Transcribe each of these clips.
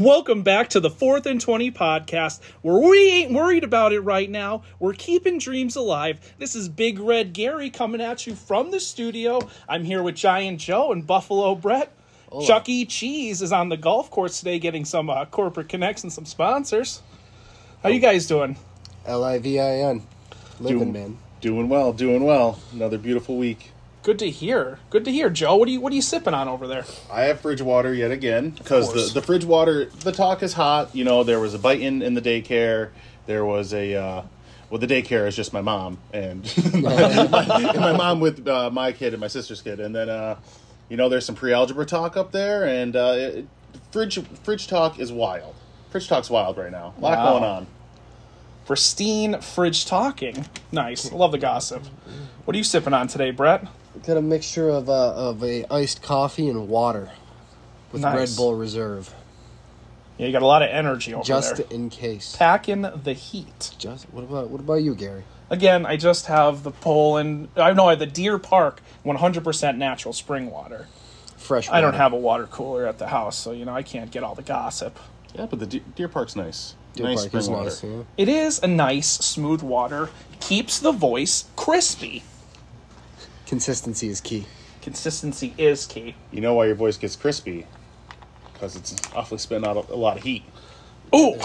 Welcome back to the Fourth and 20 podcast, where we ain't worried about it right now. We're keeping dreams alive. This is Big Red Gary coming at you from the studio. I'm here with Giant Joe and Buffalo Brett. Chuck E. Cheese is on the golf course today getting some uh, corporate connects and some sponsors. How you guys doing? L I V I N. Living man. Doing well, doing well. Another beautiful week. Good to hear. Good to hear, Joe. What are you What are you sipping on over there? I have fridge water yet again because course. the, the fridge water, the talk is hot. You know, there was a bite in in the daycare. There was a, uh, well, the daycare is just my mom and and my mom with uh, my kid and my sister's kid. And then, uh, you know, there's some pre algebra talk up there and uh, it, fridge, fridge talk is wild. Fridge talk's wild right now. A lot Wow. going on. Pristine fridge talking. Nice. I love the gossip. What are you sipping on today, Brett? Got a mixture of uh, of a iced coffee and water with Nice. Red Bull Reserve, Yeah, you got a lot of energy over just there. in case. Packing the heat. Just what about what about you, Gary? Again, I just have the Poland. I know I have the Deer Park 100% natural spring water. Fresh. Water. I don't have a water cooler at the house, so you know I can't get all the gossip. Yeah, but the De- Deer Park's nice. Deer nice Park is spring nice, water. yeah. It is a nice, smooth water. Keeps the voice crispy. Consistency is key. Consistency is key. You know why your voice gets crispy? Because it's awfully spitting out a, a lot of heat. Ooh,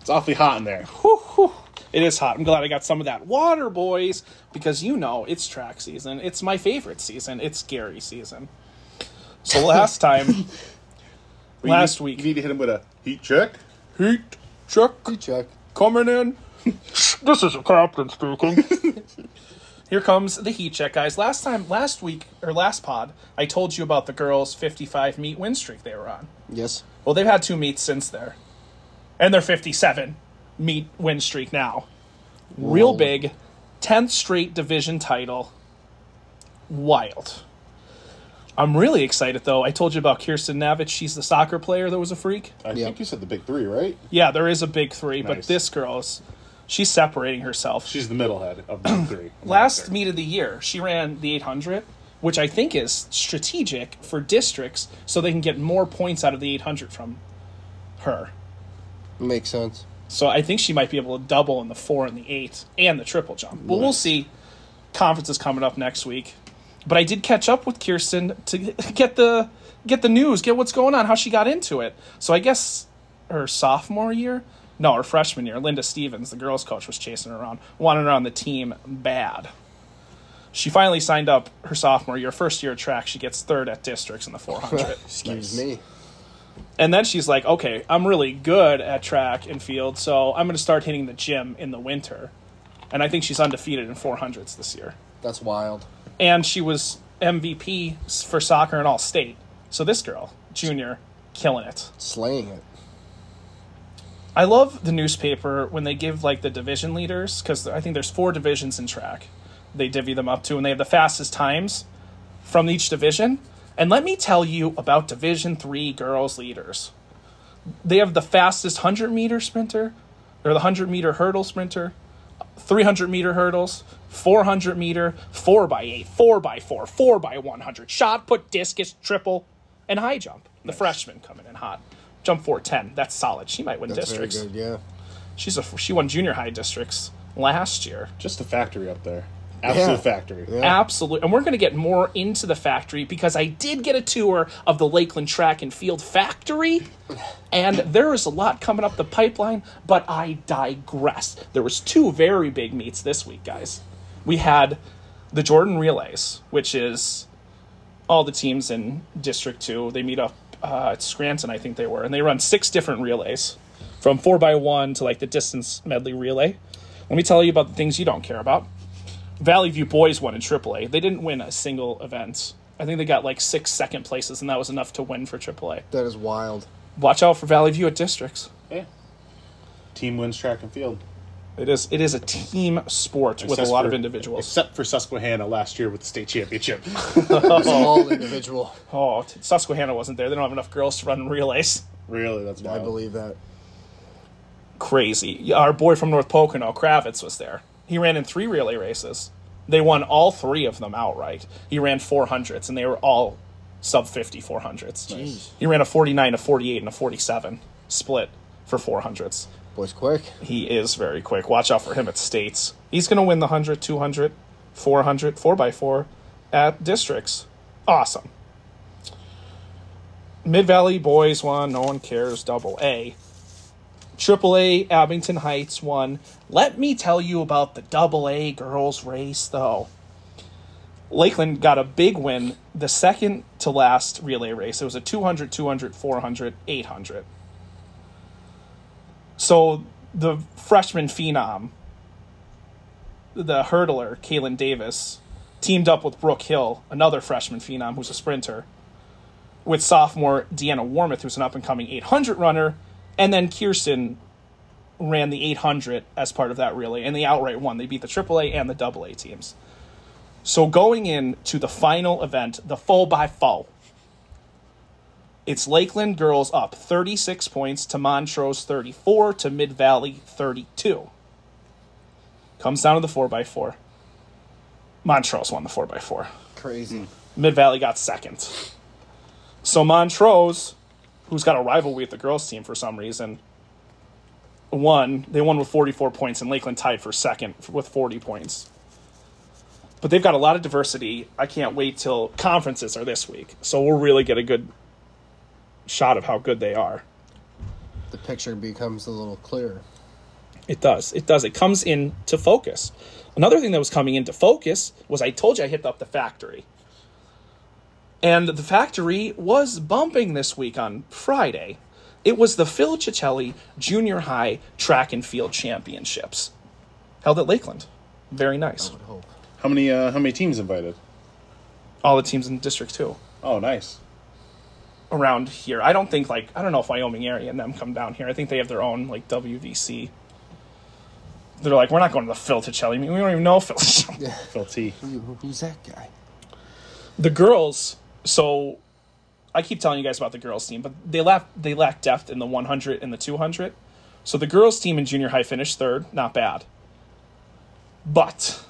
It's awfully hot in there. whew, whew. it is hot. I'm glad I got some of that water, boys, because you know it's track season. It's my favorite season. It's Gary season. So last time, But you last need- week, You need to hit him with a heat check. heat check. Chuck. coming in. this is a captain speaking. Here comes the heat check, guys. Last time, last week, or last pod, I told you about the girls' 55 meet win streak they were on. Yes. Well, they've had two meets since there, and they're 57 meet win streak now. Real Whoa. big, 10th straight division title. Wild. I'm really excited though. I told you about Kirsten Navich. She's the soccer player that was a freak. I Yeah. think you said the big three, right? Yeah, there is a big three, but Nice. this girl's she's separating herself. She's the middle head of the big three. Last meet of the year, she ran the 800, which I think is strategic for districts so they can get more points out of the 800 from her. Makes sense. So I think she might be able to double in the four and the eight and the triple jump. Well, we'll see. Conference is coming up next week, but I did catch up with Kirsten to get the get the news, get what's going on, how she got into it. So I guess her sophomore year, no, her freshman year, Linda Stevens, the girls' coach, was chasing her around, wanted her on the team bad. She finally signed up her sophomore year, first year of track. She gets third at districts in the 400. Excuse Nice. me. And then she's like, okay, I'm really good at track and field, so I'm going to start hitting the gym in the winter. And I think she's undefeated in 400s this year. That's wild. And she was MVP s- for soccer in all state. So this girl, junior, killing it. Slaying it. I love the newspaper when they give like the division leaders because I think there's four divisions in track. They divvy them up to, and they have the fastest times from each division. And let me tell you about Division Three girls leaders. They have the fastest hundred meter sprinter, or the hundred meter hurdle sprinter, three hundred meter hurdles, four hundred meter, four by eight, four by four, four by one hundred, shot put, discus, triple, and high jump. The freshman coming in hot. Jump four ten. That's solid. She might win That's districts. very good. Yeah. She's a she won junior high districts last year. Just a factory up there. Absolute Yeah. factory. Yeah. Absolutely. And we're going to get more into the factory because I did get a tour of the Lakeland Track and Field factory and there is a lot coming up the pipeline, but I digress. There was two very big meets this week, guys. We had the Jordan Relays, which is all the teams in District 2. They meet up uh, at Scranton, I think they were, and they run six different relays from 4x1 to like the distance medley relay. Let me tell you about the things you don't care about. Valley View boys won in AAA. They didn't win a single event. I think they got like six second places, and that was enough to win for AAA. That is wild. Watch out for Valley View at districts. Yeah. Team wins track and field. It is it is a team sport with a Except lot for- of individuals. Except for Susquehanna last year with the state championship. Small individual. Oh, t- Susquehanna wasn't there. They don't have enough girls to run relays. really, that's I wild. believe that. Crazy. Yeah, Our boy from North Pocono, Kravitz, was there. He ran in three relay races. They won all three of them outright. He ran 400s, and they were all sub 50 400s. He ran a 49, a 48, and a 47 split for 400s. Boy's quick. He is very quick. Watch out for him at states. He's going to win the 100, 200, 400, 4x4 at districts. Awesome. Mid Valley Boys won. No one cares. Double A. Triple A Abington Heights won. Let me tell you about the Double A girls race, though. Lakeland got a big win the second to last relay race. It was a 200, 200, 400, 800. So the freshman phenom, the hurdler, Kalen Davis, teamed up with Brooke Hill, another freshman phenom who's a sprinter, with sophomore Deanna Warmoth, who's an up and coming 800 runner, and then Kirsten ran the 800 as part of that relay, and they outright won. They beat the AAA and the AA teams. So going in to the final event, the full by full, it's Lakeland girls up 36 points to Montrose 34 to Mid Valley 32. Comes down to the 4x4. Montrose won the 4x4. Crazy. Mid Valley got second. So Montrose, who's got a rivalry with the girls team for some reason, won. They won with 44 points, and Lakeland tied for second with 40 points. But they've got a lot of diversity. I can't wait till conferences are this week. So we'll really get a good shot of how good they are. The picture becomes a little clearer. It does. It does. It comes into focus. Another thing that was coming into focus was I told you I hit up the factory. And the factory was bumping this week on Friday. It was the Phil Cicelli Junior High Track and Field Championships held at Lakeland. Very nice. I would hope. How many uh, how many teams invited? All the teams in District 2 Oh, nice. around here. I don't think, like, I don't know if Wyoming area and them come down here. I think they have their own, like, WVC. They're like, we're not going to the Phil Ticelli. meet. We don't even know Phil Ticelli. Phil T. Who- Who's that guy? the girls so i keep telling you guys about the girls team but they lack they lack depth in the 100 and the 200 so the girls team in junior high finished third not bad but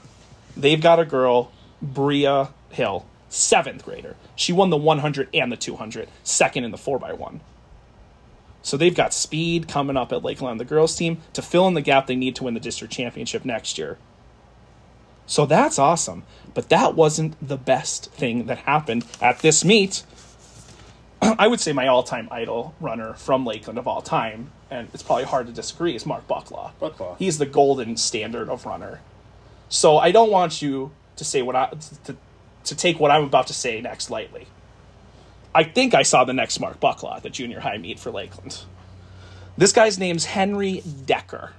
they've got a girl bria hill seventh grader she won the 100 and the 200 second in the 4x1 so they've got speed coming up at lakeland the girls team to fill in the gap they need to win the district championship next year so that's awesome. But that wasn't the best thing that happened at this meet. I would say my all time idol runner from Lakeland of all time, and it's probably hard to disagree, is Mark Bucklaw. Bucklaw. He's the golden standard of runner. So I don't want you to say what I to, to take what I'm about to say next lightly. I think I saw the next Mark Bucklaw at the junior high meet for Lakeland. This guy's name's Henry Decker,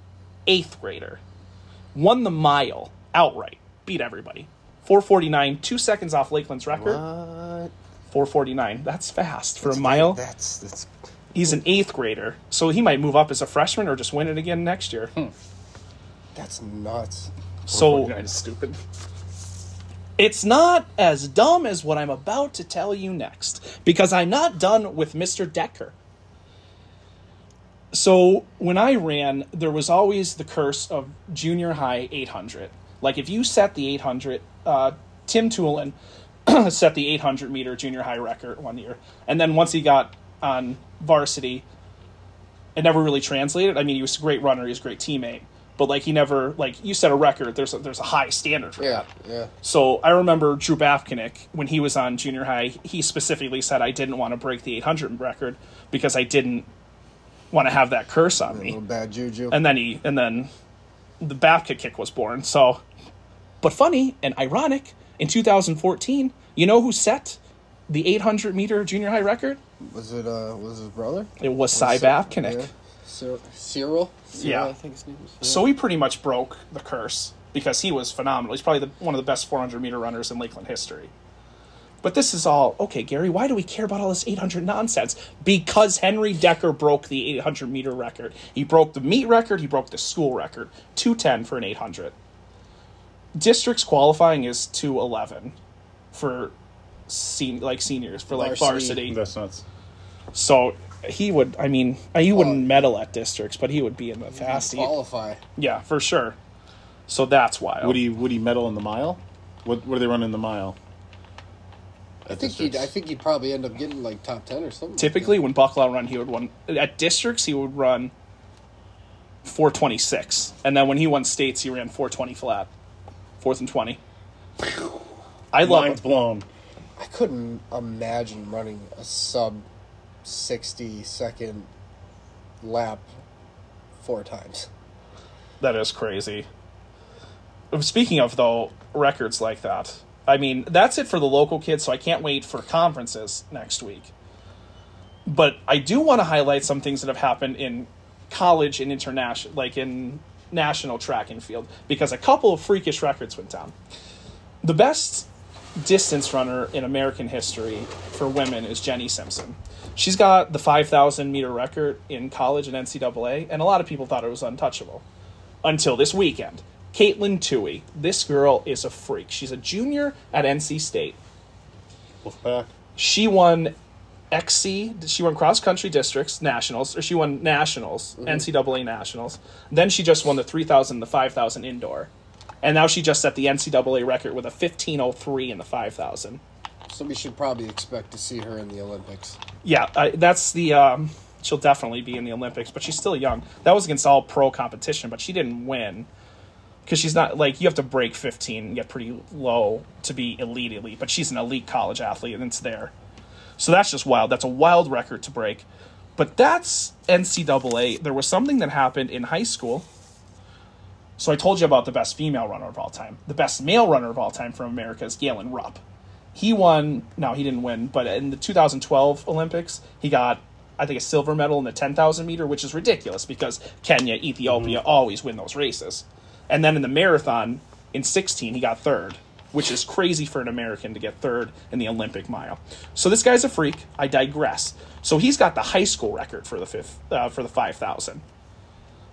eighth grader won the mile outright, beat everybody. 449, two seconds off Lakeland's record. What? 449. That's fast for a mile. That's that's He's an eighth grader, so he might move up as a freshman or just win it again next year. that's nuts. So Nine is stupid. it's not as dumb as what I'm about to tell you next, because I'm not done with Mr. Decker. So when I ran, there was always the curse of junior high 800. Like if you set the 800, uh, Tim Tulin set the 800 meter junior high record one year, and then once he got on varsity, it never really translated. I mean, he was a great runner, he was a great teammate, but like he never like you set a record. There's a, there's a high standard for Yeah, that. yeah. So I remember Drew Bafkinik when he was on junior high. He specifically said I didn't want to break the 800 record because I didn't want to have that curse on A little me. bad juju. And then he and then the Bafkinik kick was born. So, but funny and ironic, in 2014, you know who set the 800 meter junior high record? was it uh was his brother? It was Cy Cy- Bafkinik. Yeah. Cyr- Cyril? Cyril, Yeah. I think his name was. So he pretty much broke the curse because he was phenomenal. He's probably the, one of the best 400 meter runners in Lakeland history. But this is all okay, Gary. Why do we care about all this 800 nonsense? Because Henry Decker broke the 800 meter record. He broke the meet record. He broke the school record. 210 for an 800. Districts qualifying is 211 for sen- like seniors for like varsity. Varsity. That's nuts. So he would. I mean, you wouldn't Qual- medal at districts, but he would be in the fast. heat. qualify. Yeah, for sure. So that's wild. Would he would he medal in the mile? What what do they run in the mile? I think he'd. I think he'd probably end up getting like top ten or something. Typically, when Bucklau run, he would run at districts. He would run 426, and then when he won states, he ran 420 flat, fourth and 20. I love Mind's blown. I couldn't imagine running a sub sixty second lap four times. That is crazy. Speaking of though records like that, I mean that's it for the local kids. So I can't wait for conferences next week. But I do want to highlight some things that have happened in college and international, like in national track and field, because a couple of freakish records went down. The best distance runner in American history for women is Jenny Simpson. She's got the 5,000 meter record in college and NCAA, and a lot of people thought it was untouchable until this weekend. Caitlin Tui. This girl is a freak. She's a junior at NC State. Wolfpack. She won XC, she won cross country districts, nationals, or she won nationals, NCAA nationals. Then she just won the 3,000, the 5,000 indoor. And now she just set the NCAA record with a 1503 in the 5,000. So we should probably expect to see her in the Olympics. Yeah, I, that's the. Um, she'll definitely be in the Olympics, but she's still young. That was against all pro competition, but she didn't win because she's not like you have to break 15 and get pretty low to be elite elite. But she's an elite college athlete, and it's there. So that's just wild. That's a wild record to break. But that's NCAA. There was something that happened in high school. So I told you about the best female runner of all time. The best male runner of all time from America is Galen Rupp he won no he didn't win but in the 2012 olympics he got i think a silver medal in the 10000 meter which is ridiculous because kenya ethiopia always win those races and then in the marathon in 16 he got third which is crazy for an american to get third in the olympic mile so this guy's a freak i digress so he's got the high school record for the fifth uh, for the 5000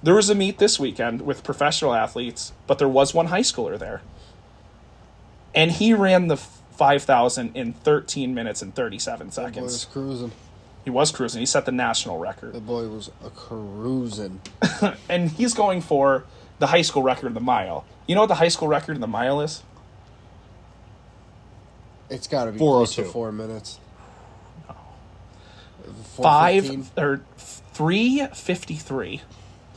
there was a meet this weekend with professional athletes but there was one high schooler there and he ran the 5000 in 13 minutes and 37 Oh, Boy was seconds cruising. he was cruising he set the national record The boy was a cruising. and he's going for the high school record in the mile you know what the high school record in the mile is It's got to be oh close to 402. four minutes. Four fifteen? five or 353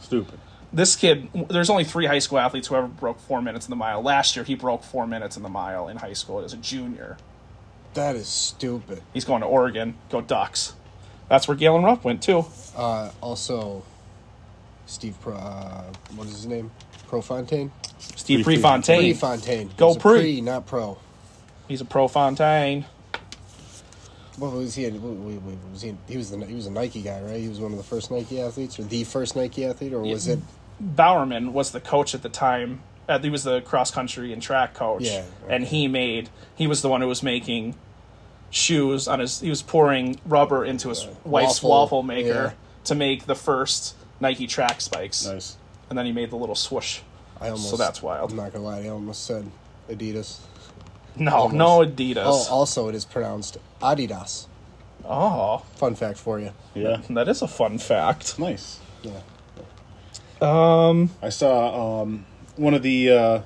Stupid. this kid there's only three high school athletes who ever broke four minutes in the mile last year he broke four minutes in the mile in high school as a junior That is stupid. he's going to oregon go ducks that's where galen rupp went too Uh, also, Steve, Pro, uh, what is his name? Profontaine? steve Pre- prefontaine Prefontaine. Go He's a Pre. not pro. he's a prefontaine What was he? in- What, what- what was he? He was the he was a Nike guy, right? He was one of the first Nike athletes, or the first Nike athlete, or was it? Bowerman was the coach at the time. Uh, he was the cross country and track coach, Yeah, and he made he was the one who was making shoes on his. He was pouring rubber into his wife's waffle, waffle maker yeah. to make the first Nike track spikes, Nice. and then he made the little swoosh. I almost. so that's wild. I'm not gonna lie. I almost said Adidas. No, no Adidas. Oh, Oh, also it is pronounced Adidas. Fun fact for you. Yeah. that is a fun fact. Nice. Yeah. I saw um, one of the uh,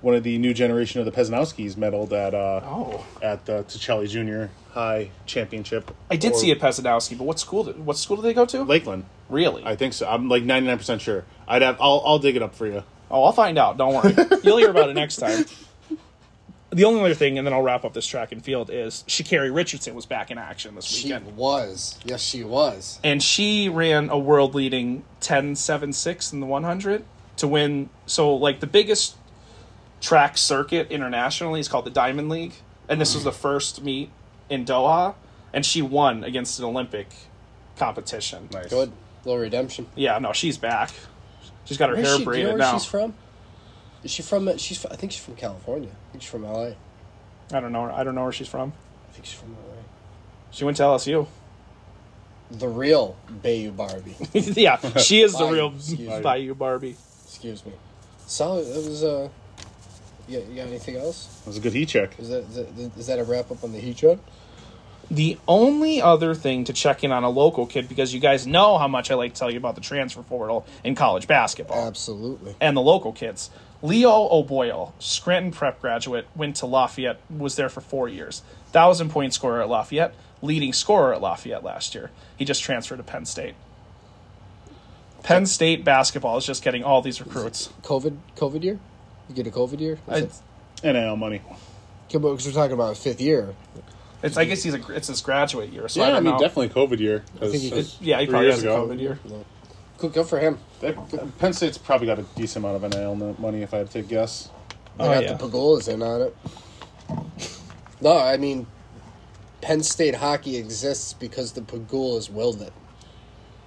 one of the new generation of the Pesanowskis medaled at uh, Oh, at the Ticelli Junior High Championship. I did Or see a Pesadowski, but what school? Did, what school did they go to? Lakeland. really? I think so. I'm like 99 percent sure. I'd have. I'll I'll dig it up for you. Oh, I'll find out. Don't worry. You'll hear about it next time. The only other thing, and then I'll wrap up this track and field, is Shakari Richardson was back in action this She weekend. was. Yes, she was. And she ran a world leading 10 7 6 in the 100 to win. So, like, the biggest track circuit internationally is called the Diamond League. And this was the first meet in Doha. And she won against an Olympic competition. Nice. Good. Little redemption. Yeah, no, she's back. She's got her Where's hair she, do you braided know where now. she's from? Is she from? uh, She's. fr- I think she's from California. I think she's from LA. I I don't know. I don't know where she's from. think she's from LA. She went to LSU. The real Bayou Barbie. yeah, she is the Bayou, real excuse me. Bayou Barbie. Excuse me. Solid. That was. Uh, you, got, you got anything else? That was a good heat check. Is that, is that is that a wrap up on the heat check? The only other thing to check in on a local kid, because you guys know how much I like to tell you about the transfer portal in college basketball Absolutely. and the local kids. Leo O'Boyle, Scranton prep graduate, went to Lafayette, was there for four years. Thousand point scorer at Lafayette, leading scorer at Lafayette last year. He just transferred to Penn State. Penn State basketball is just getting all these recruits. COVID COVID year? You get a COVID year? I- NIL money. Because we're talking about fifth year. It's I guess he's a it's his graduate year, so I Yeah, don't I mean, know. definitely COVID year. think you could- Yeah, he three probably years has a ago. COVID year. Good, good for him. That- Penn State's probably got a decent amount of NIL money, if I had to guess. I Oh, got yeah. the pagolas in on it. No, I mean, Penn State hockey exists because the pagolas willed it.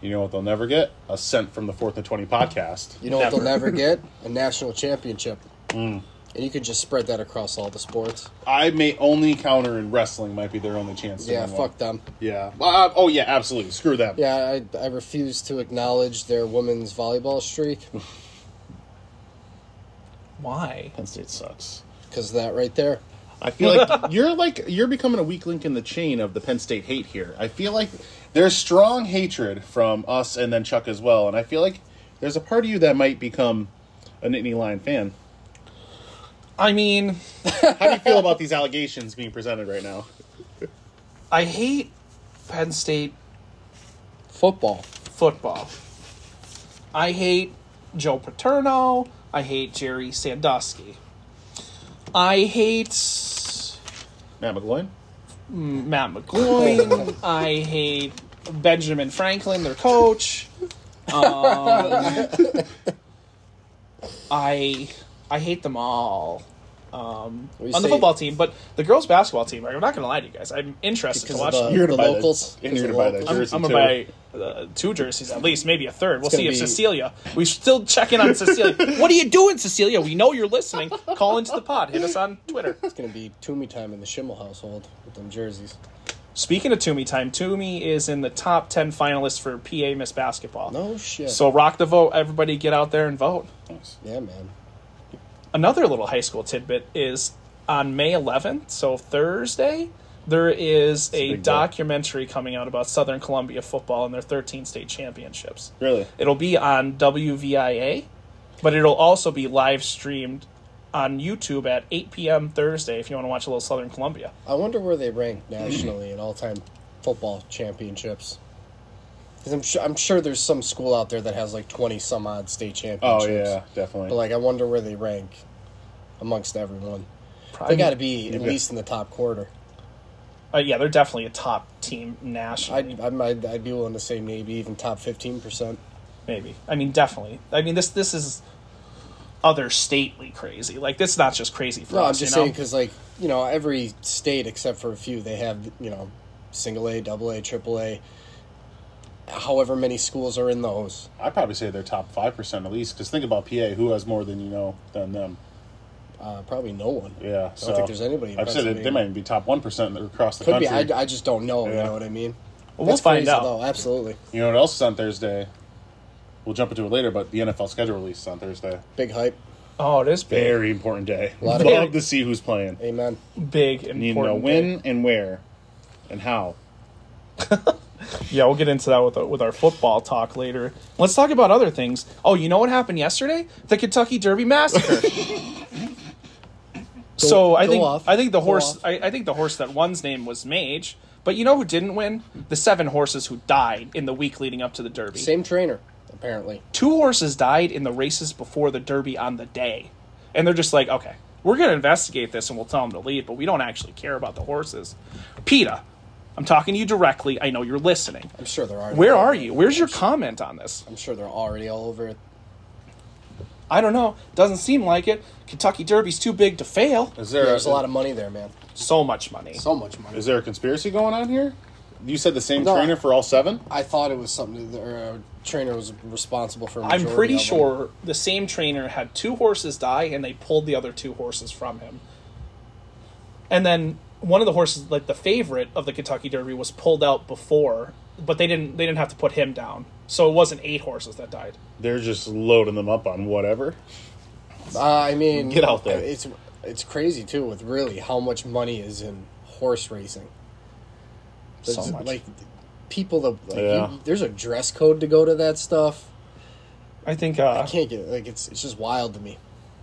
You know what they'll never get? A cent from the Fourth and Twenty podcast. You know what they'll never get? A national championship. Mm. And you could just spread that across all the sports. I may only counter in wrestling might be their only chance. To Yeah, win one. fuck them. Yeah. Uh, oh yeah, absolutely. Screw them. Yeah, I, I refuse to acknowledge their women's volleyball streak Why? Penn State sucks. because that right there. I feel like you're like you're becoming a weak link in the chain of the Penn State hate here. I feel like there's strong hatred from us and then Chuck as well, and I feel like there's a part of you that might become a Nittany Lion fan. I mean, How do you feel about these allegations being presented right now? I hate Penn State Football. football. I hate Joe Paterno. I hate Jerry Sandusky. I hate Matt McGloin? Matt McGloin. I hate Benjamin Franklin, their coach. Um, I I hate them all We on the say- football team, but the girls basketball team. I'm not going to lie to you guys. I'm interested Because to watch. of the- them. You're gonna buy locals? That, and you're Because gonna buy the that locals. jersey I'm too. gonna buy uh, two jerseys at least, maybe a third. We'll It's see gonna if be- Cecilia. We still check in on Cecilia. what are you doing, Cecilia? We know you're listening. Call into the pod. Hit us on Twitter. It's going to be Toomey time in the Schimmel household with them jerseys. Speaking of Toomey time, Toomey is in the top ten finalists for PA Miss Basketball. No shit. So rock the vote, everybody! Get out there and vote. Nice. yeah, man. Another little high school tidbit is on May 11th, so Thursday. There is a a, big deal. documentary coming out about Southern Columbia football and their 13 state championships. Really? It'll be on WVIA, but it'll also be live streamed on YouTube at 8 p.m. Thursday if you want to watch a little Southern Columbia. I wonder where they rank nationally in all time football championships. Because I'm, su- I'm sure there's some school out there that has like 20 some odd state championships. Oh yeah, definitely. But like, I wonder where they rank amongst everyone. Probably, They got to be at Yeah. least in the top quarter. Uh, yeah, they're definitely a top team I'd, nationally. I'd, I'd, I'd be willing to say maybe even top 15%. maybe. I mean, definitely. I mean, this this is other stately crazy. Like, this is not just crazy for No, I'm us. just you know? saying because, like, you know, every state except for a few, they have, you know, single A, double A, triple A, however many schools are in those. I'd probably say they're top five percent at least. Because think about PA, who has more than you know than them. Uh, probably no one. Yeah, I don't so think there's anybody in I've said that they Pennsylvania. might even be top one percent across the Could country. be. I, I just don't know. You Yeah. know what I mean? Well, we'll That's find crazy, out. Though. Absolutely. You know what else is on Thursday? We'll jump into it later, but the NFL schedule release is on Thursday. Big hype. Oh, it is big, Very important day. lot of- Love to see who's playing. Amen. big, You know important. when and where and how. Yeah, we'll get into that with our, with our football talk later. Let's talk about other things. Oh, you know what happened yesterday? The Kentucky Derby massacre. so I go think off. I think the Go horse off. I, I think the horse that won's name was Mage. But you know who didn't win? The seven horses who died in the week leading up to the Derby. Same trainer, apparently. Two horses died in the races before the Derby on the day, and they're just like, okay, we're gonna investigate this and we'll tell them to leave, but we don't actually care about the horses. Peta, I'm talking to you directly. I know you're listening. I'm sure there are. Where are you? Where's your comment on this? I'm sure they're already all over it. I don't know. Doesn't seem like it. Kentucky Derby's too big to fail. Is there There's a lot of money there, man. So much money. So much money. is there a conspiracy going on here? You said the same No. trainer for all seven? I thought it was something that the trainer was responsible for. a I'm majority pretty of them. sure the same trainer had two horses die and they pulled the other two horses from him. And then one of the horses, like the favorite of the Kentucky Derby, was pulled out before, but they didn't they didn't have to put him down. So it wasn't eight horses that died. They're just loading them up on whatever. Uh, I mean, Get out there. It's it's crazy too with really how much money is in horse racing. so There's, much. Like people that like, Yeah. you- there's a dress code to go to that stuff. I think uh, I can't get it. Like it's it's just wild to me.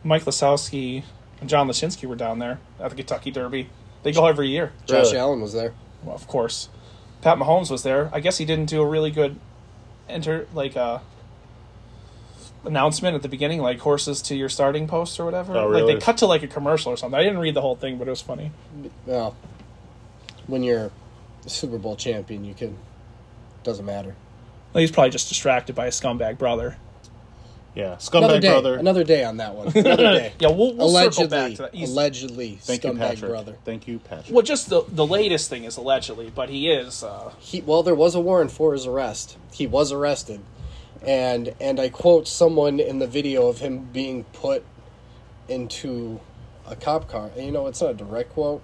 Mike Lasowski and John Lashinsky were down there at the Kentucky Derby. They go every year, Josh Really? Allen was there. well, of course. Pat Mahomes was there. I guess he didn't do a really good enter like uh, announcement at the beginning, like horses to your starting post or whatever. Oh, Like really? they cut to like a commercial or something. I didn't read the whole thing, but it was funny. Well, when you're a Super Bowl champion, you can doesn't matter. He's probably just distracted by a scumbag brother. Yeah, Another scumbag day, brother. another day on that one. Another day. Yeah, we'll, we'll circle back allegedly, to that. He's- allegedly, Thank you, scumbag Patrick. brother. Thank you, Patrick. well, just the the latest thing is allegedly, but he is. Uh, he well there was a warrant for his arrest he was arrested and and i quote someone in the video of him being put into a cop car And, you know it's not a direct quote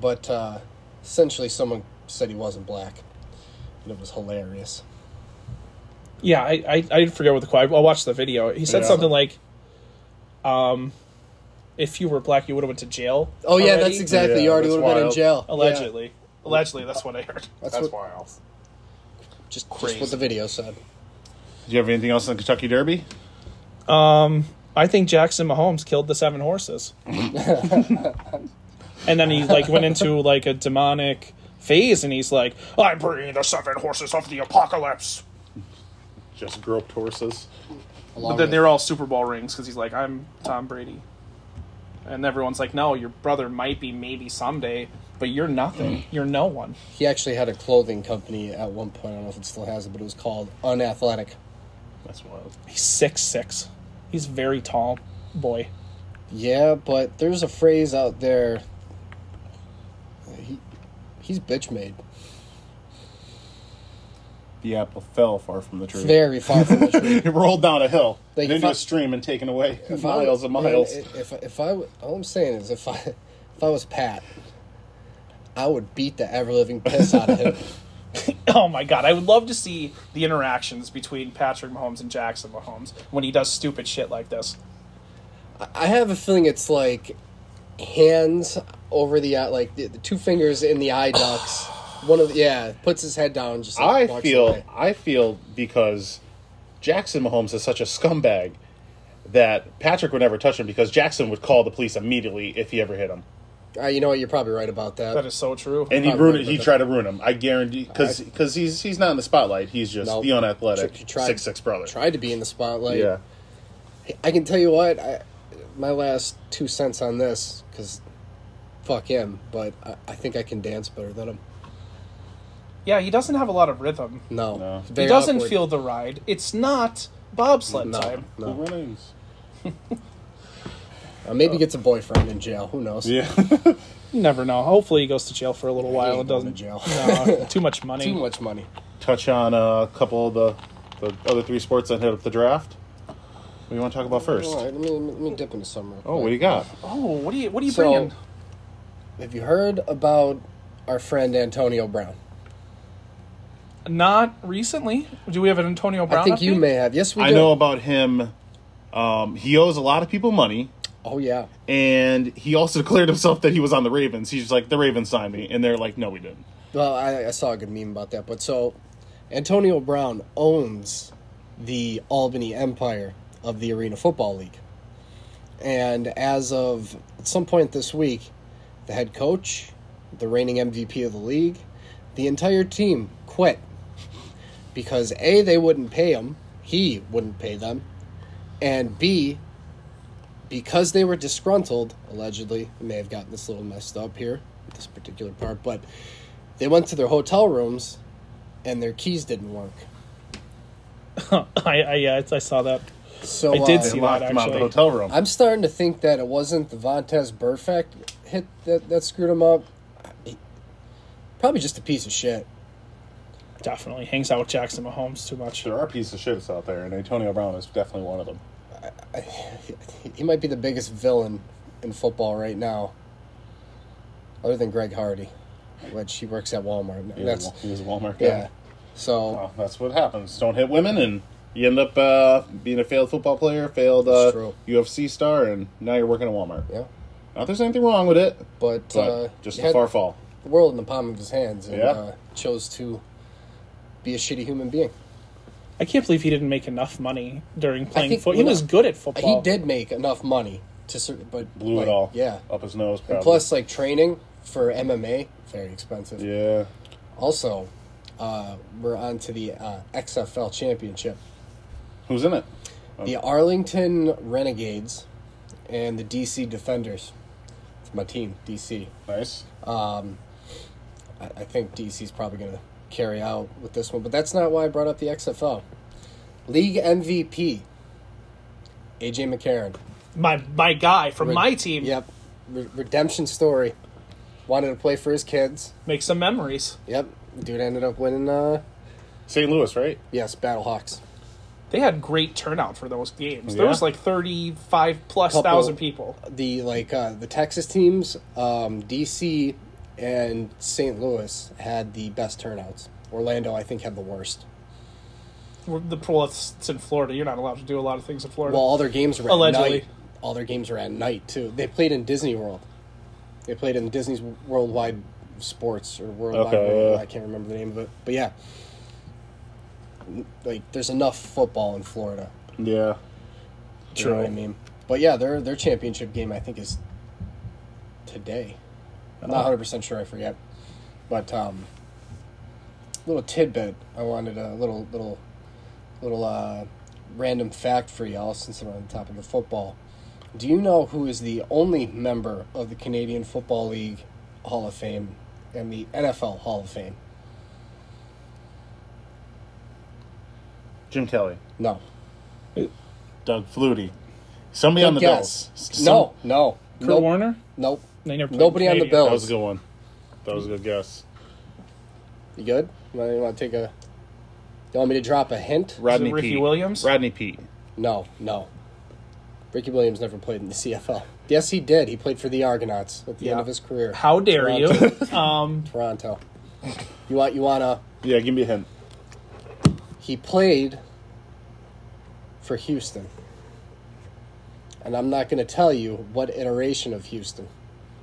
but uh essentially someone said he wasn't black and it was hilarious yeah, I, I I forget what the quote. I watched the video. He said Yeah. something like, um, if you were black, you would have went to jail. oh yeah already. that's exactly Yeah, you already that's would have been in wild. jail Yeah. Allegedly, allegedly, that's what I heard. that's, That's what, wild. just, Crazy. just what the video said Do you have anything else on the Kentucky Derby? I think Jackson Mahomes killed the seven horses. and then he like went into like a demonic phase, and he's like, "I'm bringing the seven horses of the apocalypse." Just groped horses. along But then with- they're all Super Bowl rings because he's like, I'm Tom Brady. And everyone's like, no, your brother might be maybe someday, but you're nothing. You're no one. he actually had a clothing company at one point i don't know if it still has it but it was called unathletic That's wild. He's six six. He's very tall boy. Yeah, but there's a phrase out there. He, he's bitch made. The apple fell far from the tree. Very far from the truth. It rolled down a hill, Like, if then into I- a stream, and taken away If I- miles and man, miles. If if I w- all I'm saying is if I if I was Pat, I would beat the ever living piss out of him. Oh my god, I would love to see the interactions between Patrick Mahomes and Jackson Mahomes when he does stupid shit like this. I have a feeling it's like hands over the eye, like the, the two fingers in the eye ducts. One of the, yeah, puts his head down. Just like, I walks feel away. I feel because Jackson Mahomes is such a scumbag that Patrick would never touch him because Jackson would call the police immediately if he ever hit him, Uh, you know what? You're probably right about that. That is so true. and he I ruined. remember He that. tried to ruin him. I guarantee because because he's he's not in the spotlight. He's just Nope. the unathletic Tr- tried- six six brother. Tried to be in the spotlight. Yeah, I can tell you what, I, my last two cents on this, because fuck him, but I, I think I can dance better than him. yeah, he doesn't have a lot of rhythm. No. No. It's He very doesn't awkward. feel the ride. It's not bobsled No. time. No. The runnings. Uh, maybe gets a boyfriend in jail. Who knows? Yeah, You never know. Hopefully he goes to jail for a little while ain't and going to doesn't jail. No, too much money. Too much money. touch on uh, a couple of the the other three sports that hit up the draft. What do you want to talk about first? All right, let me, let me dip into some. real Oh, quick. what do you got? Oh, what are you what are you So- bringing? Have you heard about our friend Antonio Brown? Not recently. Do we have an Antonio Brown? I think you update? may have. Yes, we I do. know about him. Um, he owes a lot of people money. Oh, yeah. and he also declared himself that he was on the Ravens. He's just like the Ravens signed me, and they're like, no, we didn't. Well, I, I saw a good meme about that. But so, Antonio Brown owns the Albany Empire of the Arena Football League. And as of at some point this week, the head coach, the reigning MVP of the league, the entire team quit because A, they wouldn't pay him, he wouldn't pay them, and B, because they were disgruntled, allegedly, I may have gotten this a little messed up here, this particular part, but they went to their hotel rooms and their keys didn't work. I, I yeah, I saw that. So I did uh, see They that. locked him out of the actually. hotel room. I'm starting to think that it wasn't the Vontez Burfict hit that, that screwed him up. He- Probably just a piece of shit. Definitely hangs out with Jackson Mahomes too much. there are pieces of shits out there, and Antonio Brown is definitely one of them. He might be the biggest villain in football right now, other than Greg Hardy, which he works at Walmart. now. He, That's was, he was a Walmart guy. yeah. So Well, that's what happens. Don't hit women, and you end up uh, being a failed football player, failed uh, That's true. UFC star, and now you're working at Walmart. yeah, Not that there's anything wrong with it, but, but uh, just you a had- far fall. the world in the palm of his hands and Yeah. uh, chose to be a shitty human being. I can't believe he didn't make enough money during playing think- football. He well, was good at football. He did make enough money to, sur- but Blew like, it all. Oh, Yeah, Up his nose. Probably. and plus like training for MMA, very expensive. Yeah. Also, uh, we're on to the uh, XFL championship. Who's in it? Oh. The Arlington Renegades and the DC Defenders. It's my team, DC. Nice. I, I think DC's probably going to carry out with this one, but that's not why I brought up the XFL. League MVP, AJ McCarron. my my guy from Re- my team Yep. Re- redemption story. Wanted to play for his kids. make some memories. Yep. Dude ended up winning, uh, St. Louis, right? yes, Battlehawks. They had great turnout for those games. Yeah. There was like thirty five plus Couple- thousand people. the like uh, the Texas teams, um, DC and St. Louis had the best turnouts. Orlando, I think, had the worst. We're- The well, it's, it's in Florida. You're not allowed to do a lot of things in Florida. Well, all their games were Allegedly. at night. All their games were at night too. They played in Disney World. They played in Disney's Worldwide Sports or Worldwide. Okay, World- yeah. I can't remember the name of it, but yeah, like there's enough football in Florida. Yeah. You know what I True. mean, but yeah, their their championship game I think is today. I'm Oh. not 100 percent sure. I forget, but um, little tidbit I wanted a little little little uh, random fact for y'all since we're on the topic of football. Do you know who is the only member of the Canadian Football League Hall of Fame and the NFL Hall of Fame? Jim Kelly. No. Doug Flutie. Somebody on the Yes. Bills. No. No. Kurt nope. Warner. Nope. They never played Nobody on the Canadian. Bills. That was a good one. That was a good guess. You good? You want, you want to take a? You want me to drop a hint? Rodney Ricky Peete. Williams? Rodney Pete. No, no. Ricky Williams never played in the CFL. Yes, he did. He played for the Argonauts at the end Yeah. of his career. How dare Toronto. you? Um, Toronto. You want? You want to? Yeah, give me a hint. He played for Houston, and I'm not going to tell you what iteration of Houston,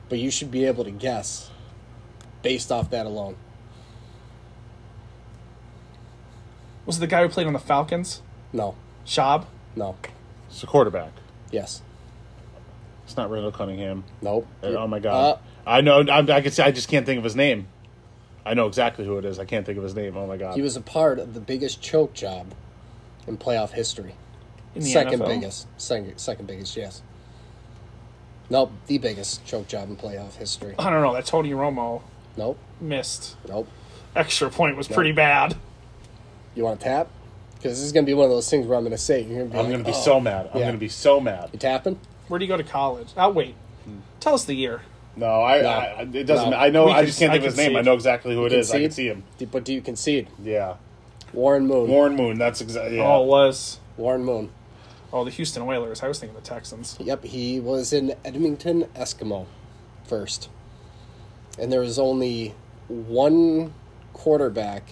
but you should be able to guess based off that alone. was it the guy who played on the Falcons? No, Shab. no. It's a quarterback. Yes. It's not Randall Cunningham. Nope. Oh my god. Uh, I know. I, I can. see- I just can't think of his name. I know exactly who it is. I can't think of his name. Oh my god. He was a part of the biggest choke job in playoff history. In the Second NFL? biggest. Second, second biggest, yes. Nope, the biggest choke job in playoff history. Uh-huh. I don't know. That Tony Romo Nope, missed nope. extra point was pretty bad. You want to tap? Because this is going to be one of those things where I'm going to say it. You're gonna be I'm like, gonna be "Oh, so mad. I'm Yeah. gonna be so mad. You tapping? Where do you go to college? Oh wait, tell us the year. No, I. No. I I- it doesn't. No. I know. We I can- just can't I think can of his name. see I it. know exactly who it is. I can Concede? see him. Do- But do you concede? Yeah. Warren Moon. Warren Moon. That's exactly. Yeah. Oh, it was Warren Moon. oh the Houston Oilers. I was thinking the Texans. Yep, he was in Edmonton Eskimo first. And there was only one quarterback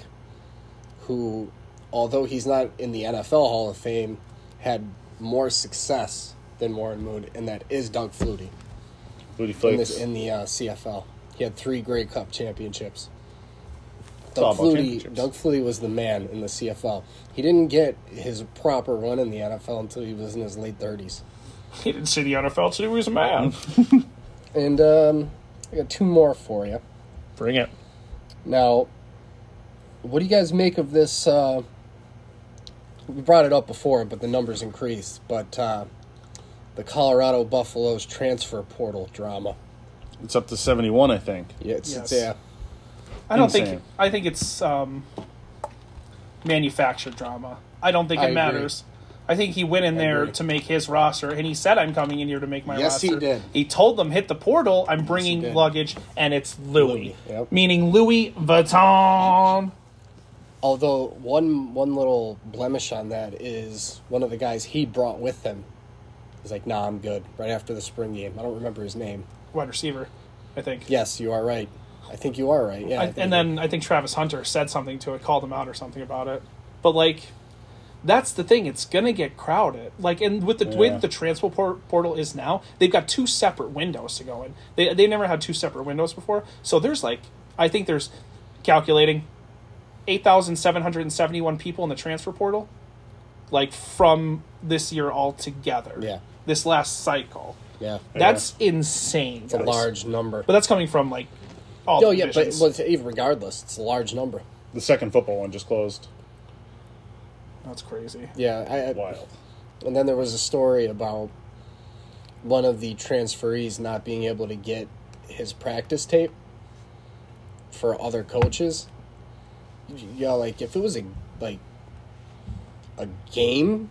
who, although he's not in the NFL Hall of Fame, had more success than Warren Moon, and that is Doug Flutie Booty in, flakes. this, in the uh, CFL. He had three Grey Cup championships. all Doug about Flutie, championships. Doug Flutie was the man in the CFL. He didn't get his proper run in the NFL until he was in his late 30s. He didn't see the NFL, so he was mad. And um, I got two more for you. Bring it. Now, what do you guys make of this? Uh, we brought it up before, but the numbers increased. But uh, the Colorado Buffaloes transfer portal drama. It's up to 71, I think. Yeah, it's, it's- Yes. yeah. I don't Insane. think. I think it's um, manufactured drama. I don't think it I agree. matters. I think he went in there agree. to make his roster, and he said, "I'm coming in here to make my Yes, roster." he did. He told them, "Hit the portal. I'm bringing did. luggage, and it's Louis, Louis, yep. meaning Louis Vuitton." Although one one little blemish on that is one of the guys he brought with him. He's like, "Nah, I'm good." Right after the spring game, I don't remember his name. Wide receiver, I think. Yes, you are right. I think you are right. Yeah, I I, think and you- then I think Travis Hunter said something to it, called him out or something about it. But like, that's the thing. It's gonna get crowded. Like, and with the way Yeah. that the transfer por- portal is now, they've got two separate windows to go in. They they never had two separate windows before. So there's like, I think there's calculating eight thousand seven hundred and seventy one people in the transfer portal, like from this year altogether. Yeah. This last cycle. Yeah. That's insane. It's a large number. But that's coming from like all oh the yeah, but, divisions. but even regardless, it's a large number. The second football one just closed. that's crazy. Yeah, I, I, Wild. And then there was a story about one of the transferees not being able to get his practice tape for other coaches. Yeah, like if it was a like a game,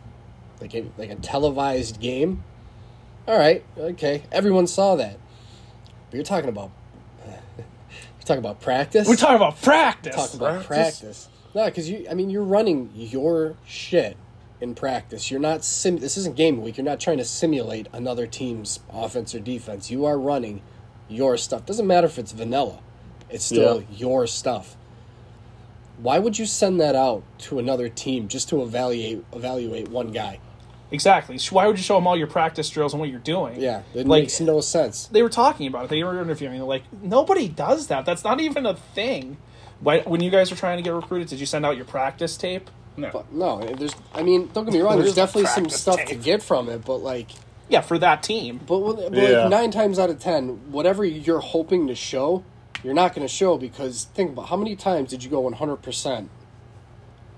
like a, like a televised game. All right, okay, everyone saw that. But you're talking about you're talking about practice. We're talking about practice. Talk about practice. Practice. No, because you. I mean, you're running your shit in practice. You're not sim. This isn't game week. You're not trying to simulate another team's offense or defense. You are running your stuff. Doesn't matter if it's vanilla. It's still Yeah. your stuff. Why would you send that out to another team just to evaluate evaluate one guy? Exactly. So why would you show them all your practice drills and what you're doing? Yeah, it like makes no sense. they were talking about it. They were interviewing. They're like, nobody does that. That's not even a thing. Why, when you guys were trying to get recruited, did you send out your practice tape? No. No, there's. I mean, don't get me wrong. There's Where's the definitely some practice stuff to tape? get from it, but like. Yeah, for that team. But, well, but Yeah. like nine times out of ten, whatever you're hoping to show, you're not going to show because think about how many times did you go 100%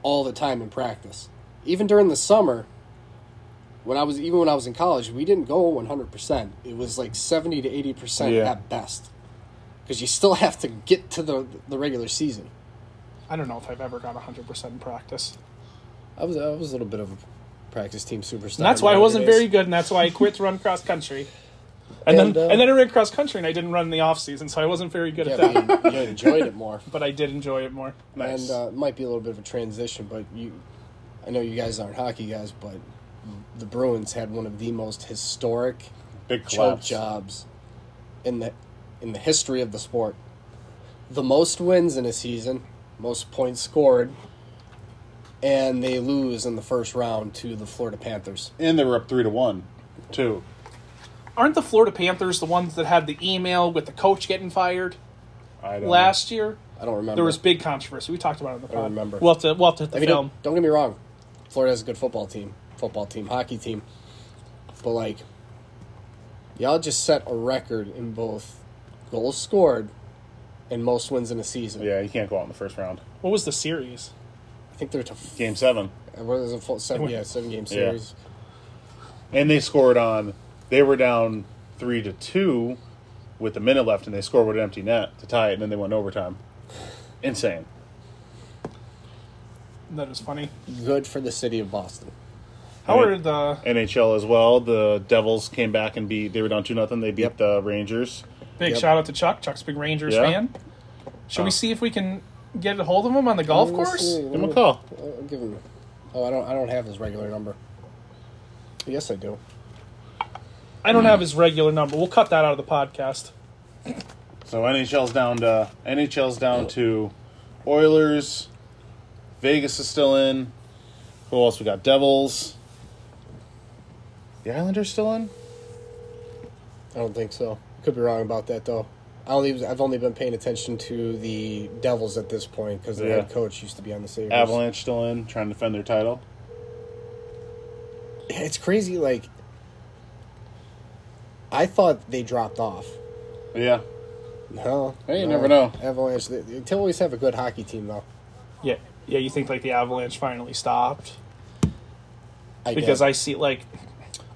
all the time in practice? Even during the summer, when I was even when I was in college, we didn't go 100%. It was like 70 to 80% Yeah. at best. Because you still have to get to the the regular season. I don't know if I've ever got 100% in practice. I was I was a little bit of a practice team superstar. And that's why I in the wasn't early very days. good, and that's why I quit to run cross country. And, And, then uh, and then I ran cross country, and I didn't run in the off season, so I wasn't very good at that. Yeah, but you, you enjoyed it more. But I did enjoy it more. and Nice. uh, it might be a little bit of a transition, but you, I know you guys aren't hockey guys, but the Bruins had one of the most historic Big choke collapse. jobs in the in the history of the sport. The most wins in a season, most points scored, and they lose in the first round to the Florida Panthers. And they were up three to one, too. Aren't the Florida Panthers the ones that had the email with the coach getting fired I don't last year? I don't remember. There was big controversy. We talked about it in the pod. remember. We'll have to, we'll have to hit the I mean, film. don't, don't get me wrong. Florida has a good football team, football team, hockey team, but like, y'all just set a record in both goals scored and most wins in a season. Yeah, you can't go out in the first round. What was the series? I think they're to f- Game seven. what is it, full seven, yeah, seven game series. and they scored on they were down three to two with a minute left and they scored with an empty net to tie it and then they went overtime insane That is funny. Good for the city of Boston. How Right. are the nhl as well the devils came back and beat they were down two nothing they beat Yep. the rangers big Yep. Uh. shout out to Chuck? Chuck's a big Rangers Yeah. fan. Should we see if we can get a hold of him on the golf Let me course? see, let give them me- a call I'll give him. Oh, I don't. I don't have his regular number. Yes, I do. I don't have his regular number. We'll cut that out of the podcast. so nhl's down to nhl's down to oilers vegas is still in who else we got devils the islanders still in I don't think so. Could be wrong about that though. I only I've only been paying attention to the Devils at this point because their head Yeah. coach used to be on the Sabres. avalanche still in trying to defend their title Yeah, It's crazy. Like I thought they dropped off. yeah No, Hey, you no. never know. Avalanche. They, they always have a good hockey team though. Yeah, yeah. You think like the Avalanche finally stopped I because guess. I see like,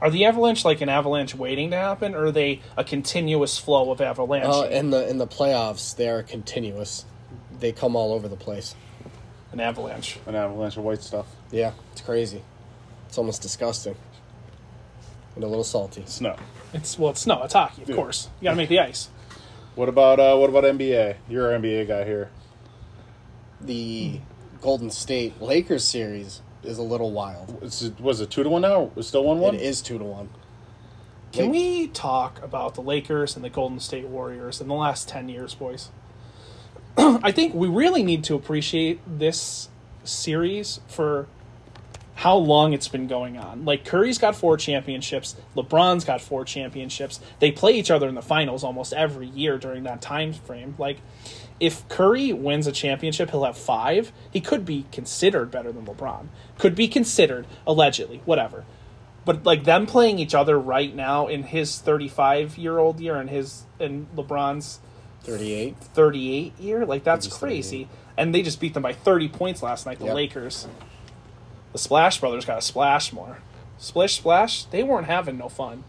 are the Avalanche like an avalanche waiting to happen, or are they a continuous flow of avalanche? Oh, in the in the playoffs they are continuous. They come all over the place. an avalanche. an avalanche of white stuff Yeah, it's crazy. It's almost disgusting and a little salty. snow It's well, it's no, it's hockey, of Yeah. course. You got to make the ice. What about uh, what about NBA? You're an NBA guy here. The Golden State Lakers series is a little wild. It's, was it two to one now? It's still one one. It is two to one. Can Like- we talk about the Lakers and the Golden State Warriors in the last 10 years, boys? I think we really need to appreciate this series for how long it's been going on. Like Curry's got four championships, LeBron's got four championships. They play each other in the finals almost every year during that time frame. Like if Curry wins a championship, he'll have 5. He could be considered better than LeBron. Could be considered allegedly, whatever. But like them playing each other right now in his 35-year-old year and his and LeBron's 38. 38 year. Like that's Maybe 38. crazy. And they just beat them by 30 points last night. The Yep. Lakers. The Splash Brothers got to splash more. Splish splash. They weren't having no fun.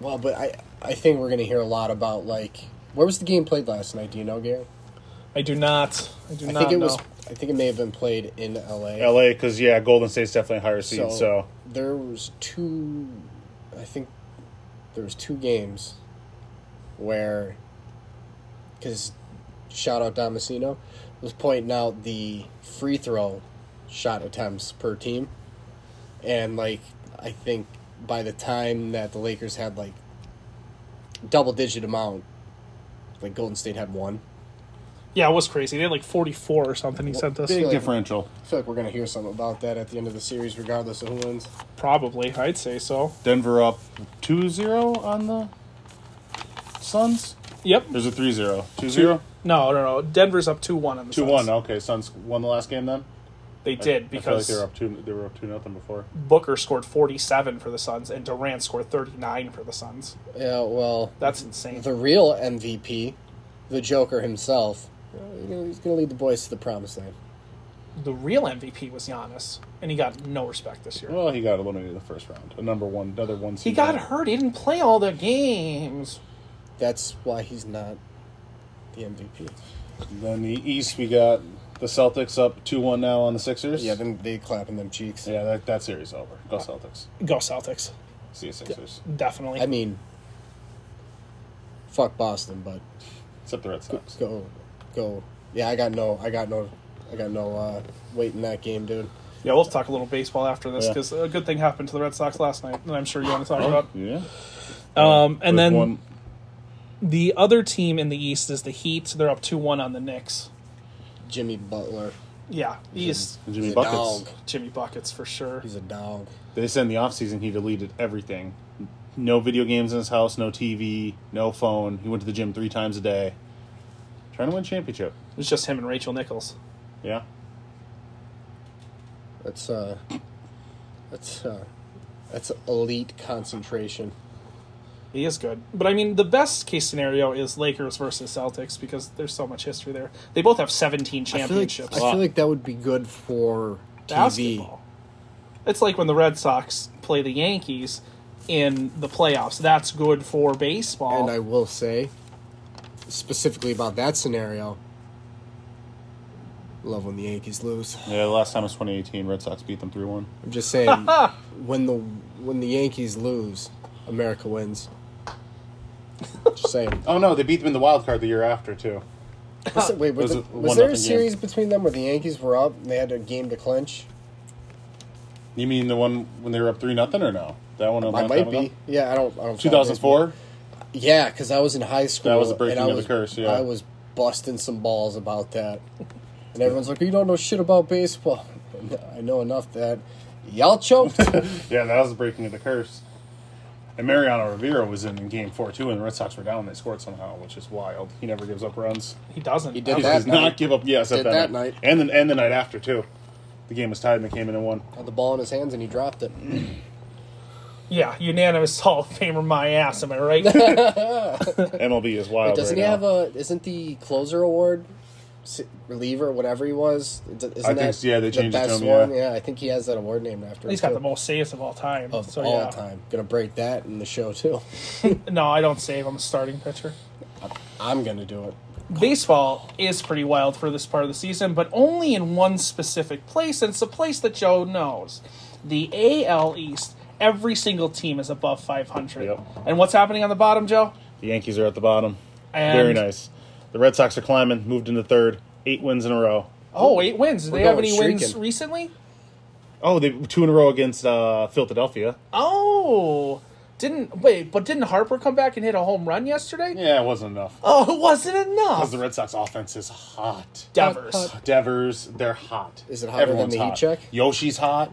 Well, but I I think we're gonna hear a lot about like where was the game played last night? Do you know, Gary? I do not. I do I not think it know. was. I think it may have been played in L.A. LA, because yeah, Golden State's definitely a higher seed. So, So, there was two. I think there was two games where, because shout out Damasino was pointing out the free throw shot attempts per team, and like I think by the time that the Lakers had like double digit amount, like Golden State had one. yeah, it was crazy. They had like 44 or something. He sent us. big- big differential. I feel like we're gonna hear something about that at the end of the series, regardless of who wins. Probably. I'd say so. Denver up 2-0 on the Suns. Yep. There's a 3-0. 2-0? No, no, no. Denver's up 2-1 in the 2-1. Suns. Okay, Suns won the last game then. They did I feel like because they were up two. They were up two nothing before. Booker scored 47 for the Suns and Durant scored 39 for the Suns. Yeah, well, That's Mm-hmm. insane. the real MVP, the Joker himself, you know, he's going to lead the boys to the promised land. the real MVP was Giannis, and he got no respect this year. Well, he got eliminated in the first round. A number one, another one. He seed. got hurt. He didn't play all the games. That's why he's not the MVP. Then the East, we got the Celtics up two one now on the Sixers. Yeah, then they clapping them cheeks. yeah. That, that series over. Go Celtics. Go Celtics, See you Sixers. definitely. I mean, fuck Boston, but Except the Red Sox. go, go. Yeah, I got no, I got no, I got no uh, weight in that game, dude. yeah, we'll talk a little baseball after this Yeah. Oh, because a good thing happened to the Red Sox last night, and I'm sure you want to talk about. Yeah. Um, and With then one, the other team in the East is the Heat. They're up two one on the Knicks. Jimmy Butler, Yeah, East Jimmy he's a Buckets. dog. Jimmy buckets for sure. He's a dog. They said in the offseason he deleted everything. No video games in his house, no TV, no phone. He went to the gym three times a day. Trying to win championship. It's just him and Rachel Nichols. Yeah. That's uh, that's uh, that's elite concentration. He is good, but I mean, the best case scenario is Lakers versus Celtics because there's so much history there. They both have 17 I feel, like, championships. I feel like that would be good for TV. basketball. It's like when the Red Sox play the Yankees in the playoffs. That's good for baseball. And I will say, specifically about that scenario, love when the Yankees lose. Yeah, the last time was 2018. Red Sox beat them 3 1. I'm just saying, when the when the Yankees lose, America wins. Just saying. Oh, no, they beat them in the wild card the year after, too. Was, it- wait, was was, a it- was there a one-nothing series between them where the Yankees were up and they had a game to clinch? You mean the one when they were up 3 nothing or no? That one a I long might time ago? be. Yeah, I don't. I don't follow 2004? baseball. Yeah, because I was in high school. was the breaking and I of the was, curse, yeah. I was busting some balls about that, and everyone's like, "You don't know shit about baseball." I know enough that y'all choked. Yeah, that was the breaking of the curse. And Mariano Rivera was in, in game 4 too, and the Red Sox were down and they scored somehow, which is wild. He never gives up runs. he doesn't. He did He That was- does that night. not give up. Yes, at Did that, that night. night. and then and the night after too. The game was tied and they came in and won. Had the ball in his hands and he dropped it. Yeah, unanimous Hall of Famer, my ass. Am I right? MLB is wild. Doesn't right he now. have a? Isn't the closer award s- reliever, whatever he was? Is- Isn't think that so, yeah, they the changed it to best him, yeah. one? Yeah, I think he has that award named after. He's him got the too. most saves of all time. of so, all yeah. time. Gonna break that in the show too. No, I don't save. I'm a starting pitcher. I'm gonna do it. Baseball is pretty wild for this part of the season, but only in one specific place, and it's a place that Joe knows. The AL East. Every single team is above 500. Yep. And what's happening on the bottom, Joe? The Yankees are at the bottom. And- Very nice. The Red Sox are climbing. Moved into third. Eight wins in a row. Oh, eight wins. Do they have going any wins streaking. recently? Oh, they two in a row against uh, Philadelphia. Oh, Didn't wait, but didn't Harper come back and hit a home run yesterday? Yeah, it wasn't enough. Oh, it wasn't Because enough. the Red Sox offense is hot. Devers. Hot, hot. Devers, they're hot. Is it hotter than the heat hot. check? Yoshi's hot.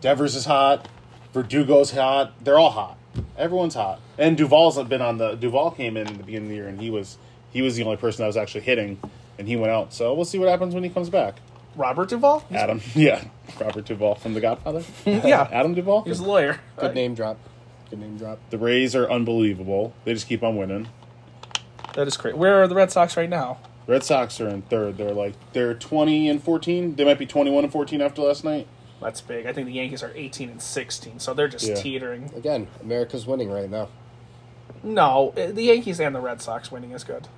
Devers is hot. Verdugo's hot. They're all hot. Everyone's hot. And Duval's been on the Duval came in at the beginning of the year and he was he was the only person that was actually hitting and he went out. So we'll see what happens when he comes back. Robert Duvall? He's- Adam. Yeah. Robert Duval from The Godfather. yeah. Adam Duval. He's a lawyer. Good name drop. Good name drop. The Rays are unbelievable. They just keep on winning. That is great. Where are the Red Sox right now? Red Sox are in third. They're like they're twenty and fourteen. They might be twenty one and fourteen after last night. That's big. I think the Yankees are 18 and 16, so they're just Yeah. teetering. Again, America's winning right now. No, eh, the Yankees and the Red Sox winning is good.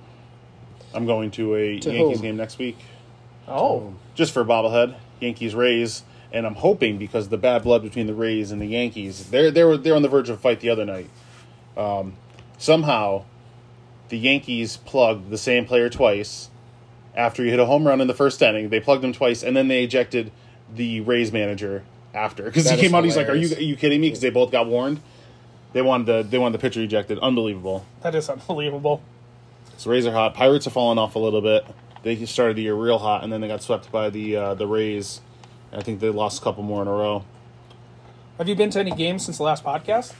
I'm going to a To Yankees whom? game next week Oh, just for bobblehead. Yankees Rays, and I'm hoping because the bad blood between the Rays and the Yankees, they're they were they're on the verge of a fight the other night. Um, somehow, the Yankees plugged the same player twice. After he hit a home run in the first inning, they plugged him twice, and then they ejected the Rays manager after because he That is came out. He's like, "Are you hilarious. are you kidding me?" Because they both got warned. They wanted the they wanted the pitcher ejected. Unbelievable. that is unbelievable. So Rays are hot. Pirates have fallen off a little bit. They started the year real hot, and then they got swept by the uh, the Rays. I think they lost a couple more in a row. Have you been to any games since the last podcast?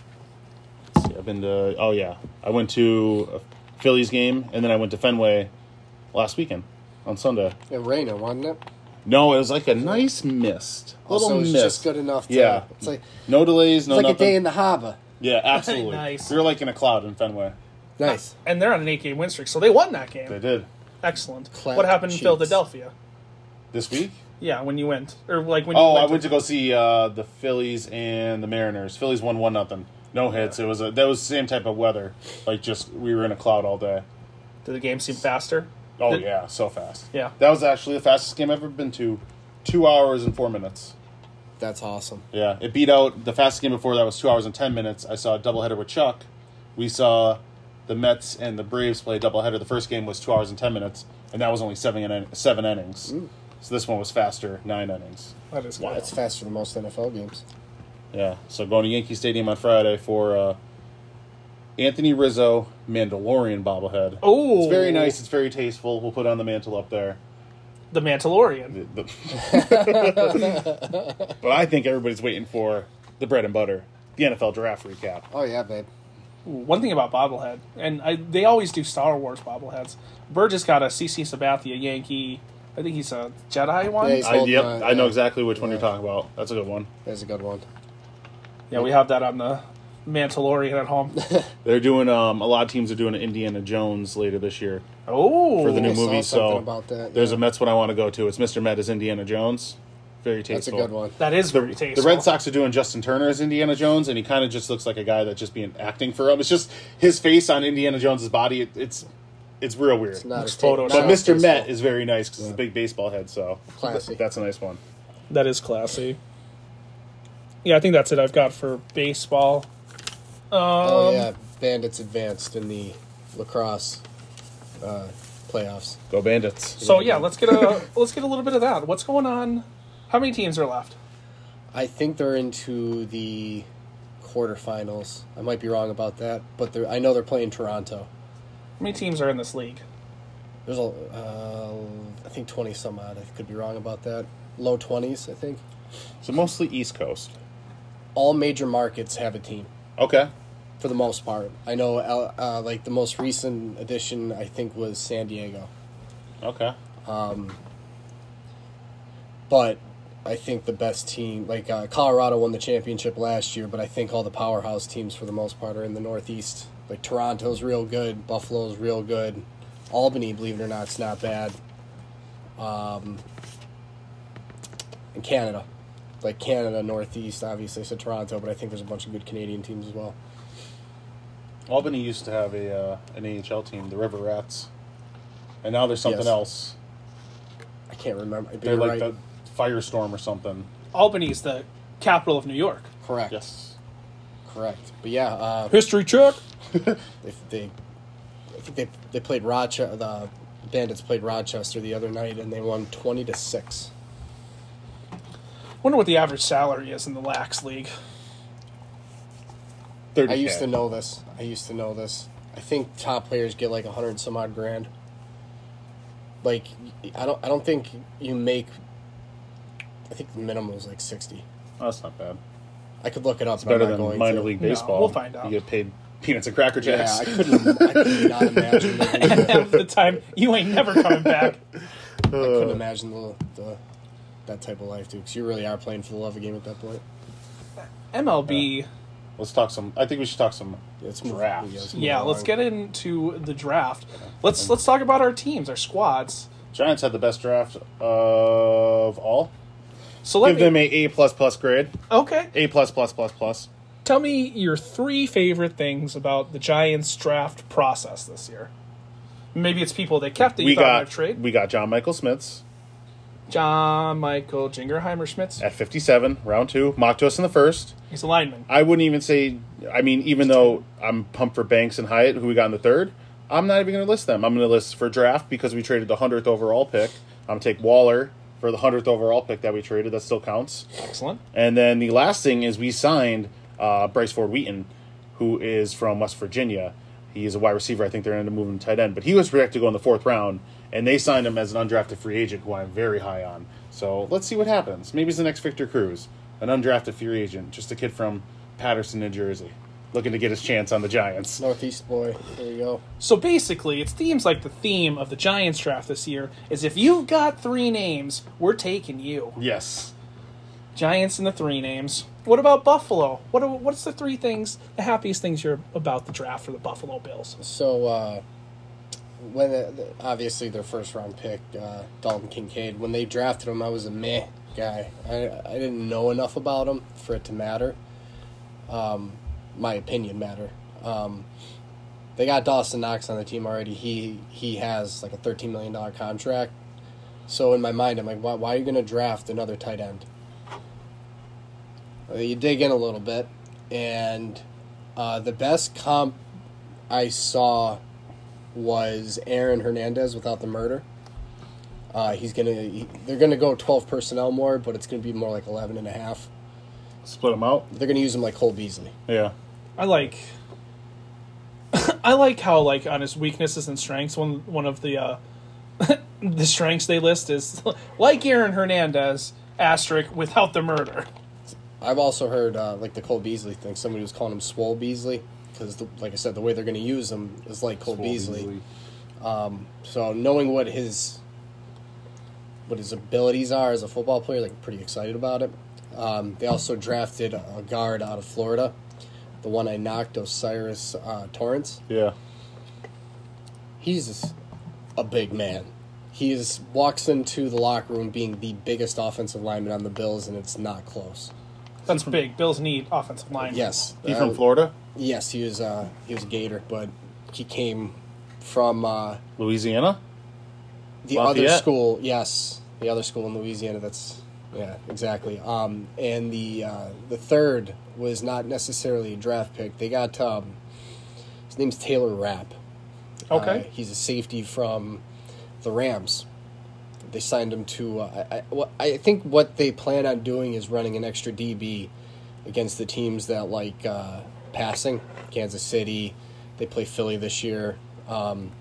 Let's see, I've been to oh yeah, I went to a Phillies game, and then I went to Fenway last weekend on Sunday. It rained, wasn't it? No, it was like a nice mist, a little Also, it's mist. just good enough. To, yeah, It's like, no delays, no it's like a nothing. day in the harbor. yeah, absolutely. Nice. We were like in a cloud in Fenway. Nice. And they're on an eight-game win streak, so they won that game. They did Excellent. Clap what happened in cheeks. Philadelphia? this week. Yeah, when you went, or like when Oh, you I went went to go see uh, the Phillies and the Mariners. Phillies won one nothing, no hits. It was a, that was the same type of weather. Like just we were in a cloud all day. Did the game seem faster? Oh Did- yeah, so fast. Yeah. that was actually the fastest game I've ever been to. Two hours and four minutes. That's awesome. Yeah, it beat out the fastest game before that was two hours and ten minutes. I saw a doubleheader with Chuck. We saw the Mets and the Braves play a doubleheader. The first game was two hours and ten minutes, and that was only seven in, seven innings. So this one was faster, nine innings. That is good. That's faster than most NFL games. Yeah, so going to Yankee Stadium on Friday for uh, Anthony Rizzo Mandalorian bobblehead. Oh, it's very nice. It's very tasteful. We'll put on the mantle up there. The Mandalorian. The- the- but I think everybody's waiting for the bread and butter, the NFL draft recap. Oh yeah, babe. Ooh, One thing about bobblehead, and I, they always do Star Wars bobbleheads. Burgess got a CC Sabathia Yankee. I think he's a Jedi one. Yeah, Yeah, he's- I, Golden yep, Eye, I know yeah. exactly which one you're Yeah. talking about. That's a good one. That's a good one. we have that on the Mandalorian at home. They're doing um, a lot of teams are doing Indiana Jones later this year Oh, for the new I saw movie. So something about that, there's yeah. a Mets one I want to go to. It's Mr. Met is Indiana Jones. Very That's a tasteful. good one. that is very The tasteful. Red Sox are doing Justin Turner as Indiana Jones, and he kind of just looks like a guy that's just being acting for him. It's just his face on Indiana Jones's body. It, it's it's real weird. Not Looks as ta- Photoshop. not but as Mr. Met tasteful. is very nice because it's a big baseball head. So Classy. that's a nice one. That is classy. Yeah, I think that's it I've got for baseball. Um, Oh yeah, Bandits advanced in the lacrosse uh, playoffs. Go Bandits! So yeah, let's get a let's get a little bit of that. What's going on? How many teams are left? I think they're into the quarterfinals. I might be wrong about that, but they're, I know they're playing Toronto. How many teams are in this league? There's a, uh, I think twenty some odd. I could be wrong about that. Low twenties, I think. So mostly East Coast. All major markets have a team Okay. for the most part. I know, uh, uh, like the most recent addition, I think was San Diego, Okay. but I think the best team, like uh, Colorado, won the championship last year. But I think all the powerhouse teams for the most part are in the Northeast. Like Toronto's real good, Buffalo's real good, Albany, believe it or not, it's not bad. Um, and Canada, like Canada, Northeast, obviously. So Toronto, but I think there's a bunch of good Canadian teams as well. Albany used to have a uh, an AHL team, the River Rats, and now there's something Yes. else. I can't remember. but They're you're like right. the Firestorm or something. Albany's the capital of New York. correct, Yes. correct. But yeah, uh, History check. they, they I think they they played Rochester. The Bandits played Rochester the other night, and they won twenty to six. Wonder what the average salary is in the Lax League. Thirty. I used K. to know this. I used to know this. I think top players get like a hundred and some odd grand. Like, I don't. I don't think you make. I think the minimum is like sixty. Oh, that's not bad. I could look it up. It's Better than minor league No, baseball. we'll find out. You get paid peanuts and cracker Yeah, jacks. I couldn't. I could not imagine. The, Half the time, you ain't never coming back. I couldn't imagine the, the that type of life, dude. Because you really are playing for the love of the game at that point. MLB. Let's talk some. I think we should talk some Let's move- drafts. yeah, let's move Yeah, let's along. get into the draft. Let's let's talk about our teams, our squads. Giants had the best draft of all. So let Give them me. a A plus plus grade. Okay. A plus plus plus plus. Tell me your three favorite things about the Giants draft process this year. Maybe it's people they kept that you We thought might got have trade. we got John Michael Smiths John Michael Jingerheimer Schmitz. at fifty seven, round two. Mocked us in the first. He's a lineman. I wouldn't even say. I mean, even though I'm pumped for Banks and Hyatt, who we got in the third, I'm not even going to list them. I'm going to list for draft because we traded the hundredth overall pick. I'm gonna take Waller for the hundredth overall pick that we traded. That still counts. Excellent. And then the last thing is we signed uh, Bryce Ford Wheaton, who is from West Virginia. He is a wide receiver. I think they're going to move him to tight end, but he was projected to go in the fourth round, and they signed him as an undrafted free agent, who I'm very high on. So let's see what happens. Maybe he's the next Victor Cruz, an undrafted free agent, just a kid from Patterson, New Jersey, looking to get his chance on the Giants. Northeast boy. There you go. So basically, it seems like the theme of the Giants draft this year is if you've got three names, we're taking you. Yes, Giants and the three names. What about Buffalo? What are, what's the three things, the happiest things you're about the draft for the Buffalo Bills? So uh, when the, the- obviously their first round pick, uh, Dalton Kincaid, when they drafted him, I was a meh guy. I I didn't know enough about him for it to matter. Um, my opinion matter. Um, they got Dawson Knox on the team already. He he has like a thirteen million dollar contract. So in my mind, I'm like, why, why are you going to draft another tight end? Uh, You dig in a little bit, and uh, the best comp I saw was Aaron Hernandez without the murder. Uh, he's gonna he, they're gonna go 12 personnel more, but it's gonna be more like 11 and a half. split him out. They're gonna use him like Cole Beasley. Yeah, I like. I like how like on his weaknesses and strengths one one of the uh, the strengths they list is like Aaron Hernandez asterisk without the murder. I've also heard uh, like the Cole Beasley thing. Somebody was calling him Swole Beasley because, like I said, the way they're gonna use him is like Cole Beasley. So knowing what his what his abilities are as a football player, like pretty excited about it. Um, they also drafted a guard out of Florida, the one I knocked, Osiris uh, Torrance. Yeah, He's a big man. He is walks into the locker room being the biggest offensive lineman on the Bills, and it's not close. That's big. Bills need offensive line. Yes, he's uh, from Florida, Yes, he was. Uh, he was a Gator, but he came from uh, Louisiana. the other Lafayette? school, yes, the other school in Louisiana. That's yeah, exactly. Um, and the uh, the third was not necessarily a draft pick. They got um, his name's Taylor Rapp. Okay. Uh, he's a safety from the Rams. They signed him to. Uh, I, I, well, I think what they plan on doing is running an extra DB against the teams that like uh, passing. Kansas City, they play Philly this year. Um,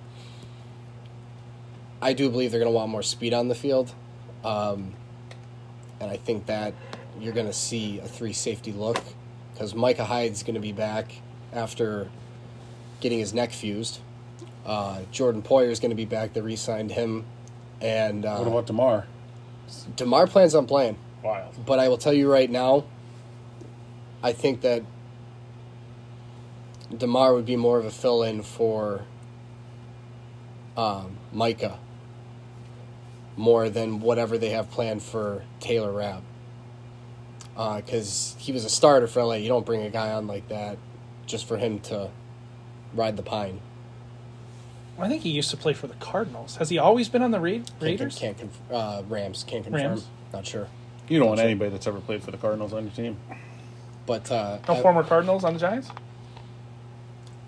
I do believe they're going to want more speed on the field, um, and I think that you're going to see a three safety look because Micah Hyde's going to be back after getting his neck fused. Uh, Jordan Poyer is going to be back. They re-signed him, and uh, What about Demar? Demar plans on playing. Wild. But I will tell you right now, I think that Demar would be more of a fill-in for um, Micah more than whatever they have planned for Taylor Rapp. Because he was a starter for LA. You don't bring a guy on like that just for him to ride the pine. I think he used to play for the Cardinals. Has he always been on the Ra- Can't, con- Raiders? can't conf- uh, Rams can't confirm. Rams. Not sure. You don't want anybody that's ever played for the Cardinals on your team. But uh, No I- former Cardinals on the Giants.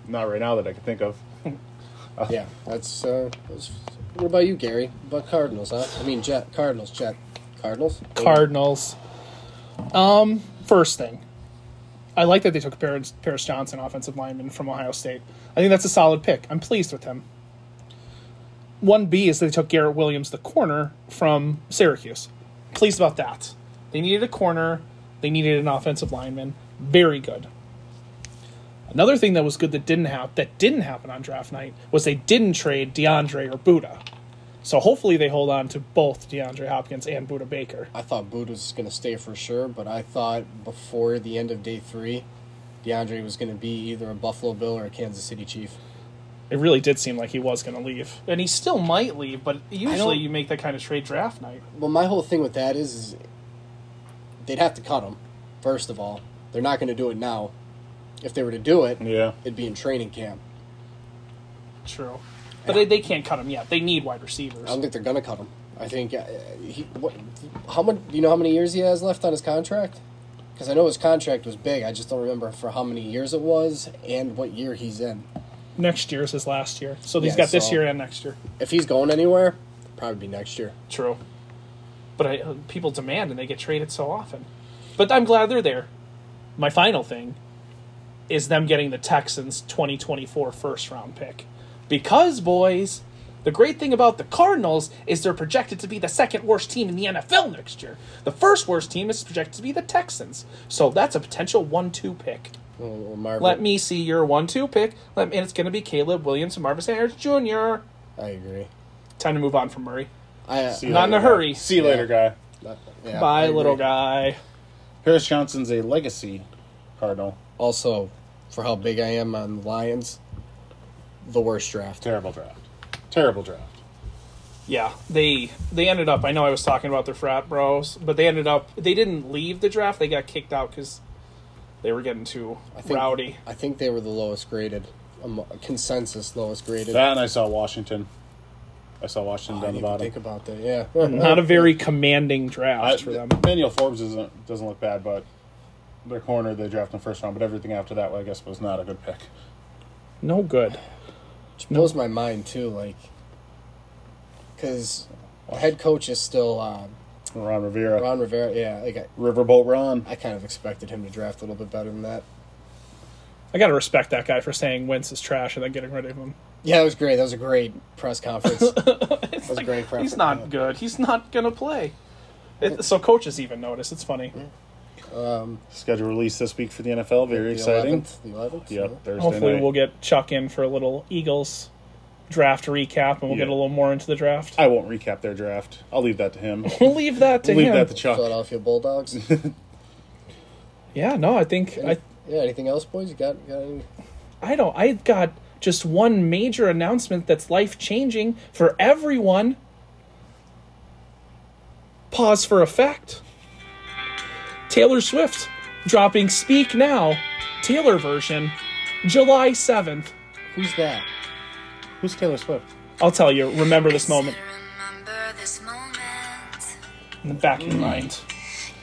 Not right now that I can think of. Yeah, that's. Uh, that's- what about you, Gary? But Cardinals, huh? I mean, Jet Cardinals, Jet Cardinals. Cardinals. Um, first thing, I I like that they took Paris, Paris Johnson, offensive lineman from Ohio State. I think that's a solid pick. I'm pleased with him. One B is they took Garrett Williams, the corner from Syracuse. Pleased about that. They needed a corner. They needed an offensive lineman. Very good. Another thing that was good that didn't happen that didn't happen on draft night was they didn't trade DeAndre or Buddha. So hopefully they hold on to both DeAndre Hopkins and Buddha Baker. I thought Boot was going to stay for sure, but I thought before the end of day three, DeAndre was going to be either a Buffalo Bill or a Kansas City Chief. It really did seem like he was going to leave. And he still might leave, but usually don't- you make that kind of trade draft night. Well, my whole thing with that is, is they'd have to cut him, first of all. They're not going to do it now. If they were to do it, Yeah. it'd be in training camp. True. But they, they can't cut him yet. They need wide receivers. I don't think they're going to cut him. I think uh, he. What, how much? Do you know how many years he has left on his contract? Because I know his contract was big. I just don't remember for how many years it was and what year he's in. Next year's his last year, so he's Yeah, got this so- year and next year. If he's going anywhere, probably be next year. True. But I, uh, people demand and they get traded so often. But I'm glad they're there. My final thing is them getting the Texans 2024 first round pick. Because, boys, the great thing about the Cardinals is they're projected to be the second worst team in the NFL next year. The first worst team is projected to be the Texans. So that's a potential 1 2 pick. Well, Marvin, Let me see your 1 2 pick. Let me, and it's going to be Caleb Williams and Marvin Sanders Jr. I agree. Time to move on from Murray. I See you Not in a later, guy. hurry. See you later, guy. uh, yeah, I Bye, agree. little guy. Paris Johnson's a legacy Cardinal. Also, for how big I am on Lions, the worst draft. Terrible draft. Terrible draft. yeah they they ended up i know i was talking about their frat bros but they ended up they didn't leave the draft they got kicked out because they were getting too I think, rowdy I think they were the lowest graded, um, consensus lowest graded. That and I saw Washington. I saw Washington I down didn't the even bottom. think about that. Yeah, Not a very commanding I, draft for them. Manuel Forbes doesn't doesn't look bad, but their corner they drafted in the first round, but everything after that, I guess, was not a good pick. No good. Which blows my mind too. Like, because head coach is still uh, Ron Rivera, Ron Rivera. Yeah, like I, Riverboat Ron. I kind of expected him to draft a little bit better than that. I gotta respect that guy for saying Wentz is trash and then getting rid of him. Yeah, it was great. That was a great press conference. that was a great press. he's not good he's not gonna play it, so coaches even notice it's funny Schedule release this week for the NFL. Very exciting. 11th, the 11th. yeah. Yep, Thursday Hopefully, night. we'll get Chuck in for a little Eagles draft recap, and we'll get Yeah. a little more into the draft. I won't recap their draft. I'll leave that to him. We'll leave that to leave him. that to Chuck. Philadelphia Bulldogs. yeah, no, I think I, yeah. Anything else, boys? You got, got any? I don't. I've got just one major announcement that's life changing for everyone. Pause for effect. Taylor Swift dropping Speak Now, Taylor version, July 7th. Who's that? Who's Taylor Swift? I'll tell you, remember this moment Remember this moment in the back of your mind.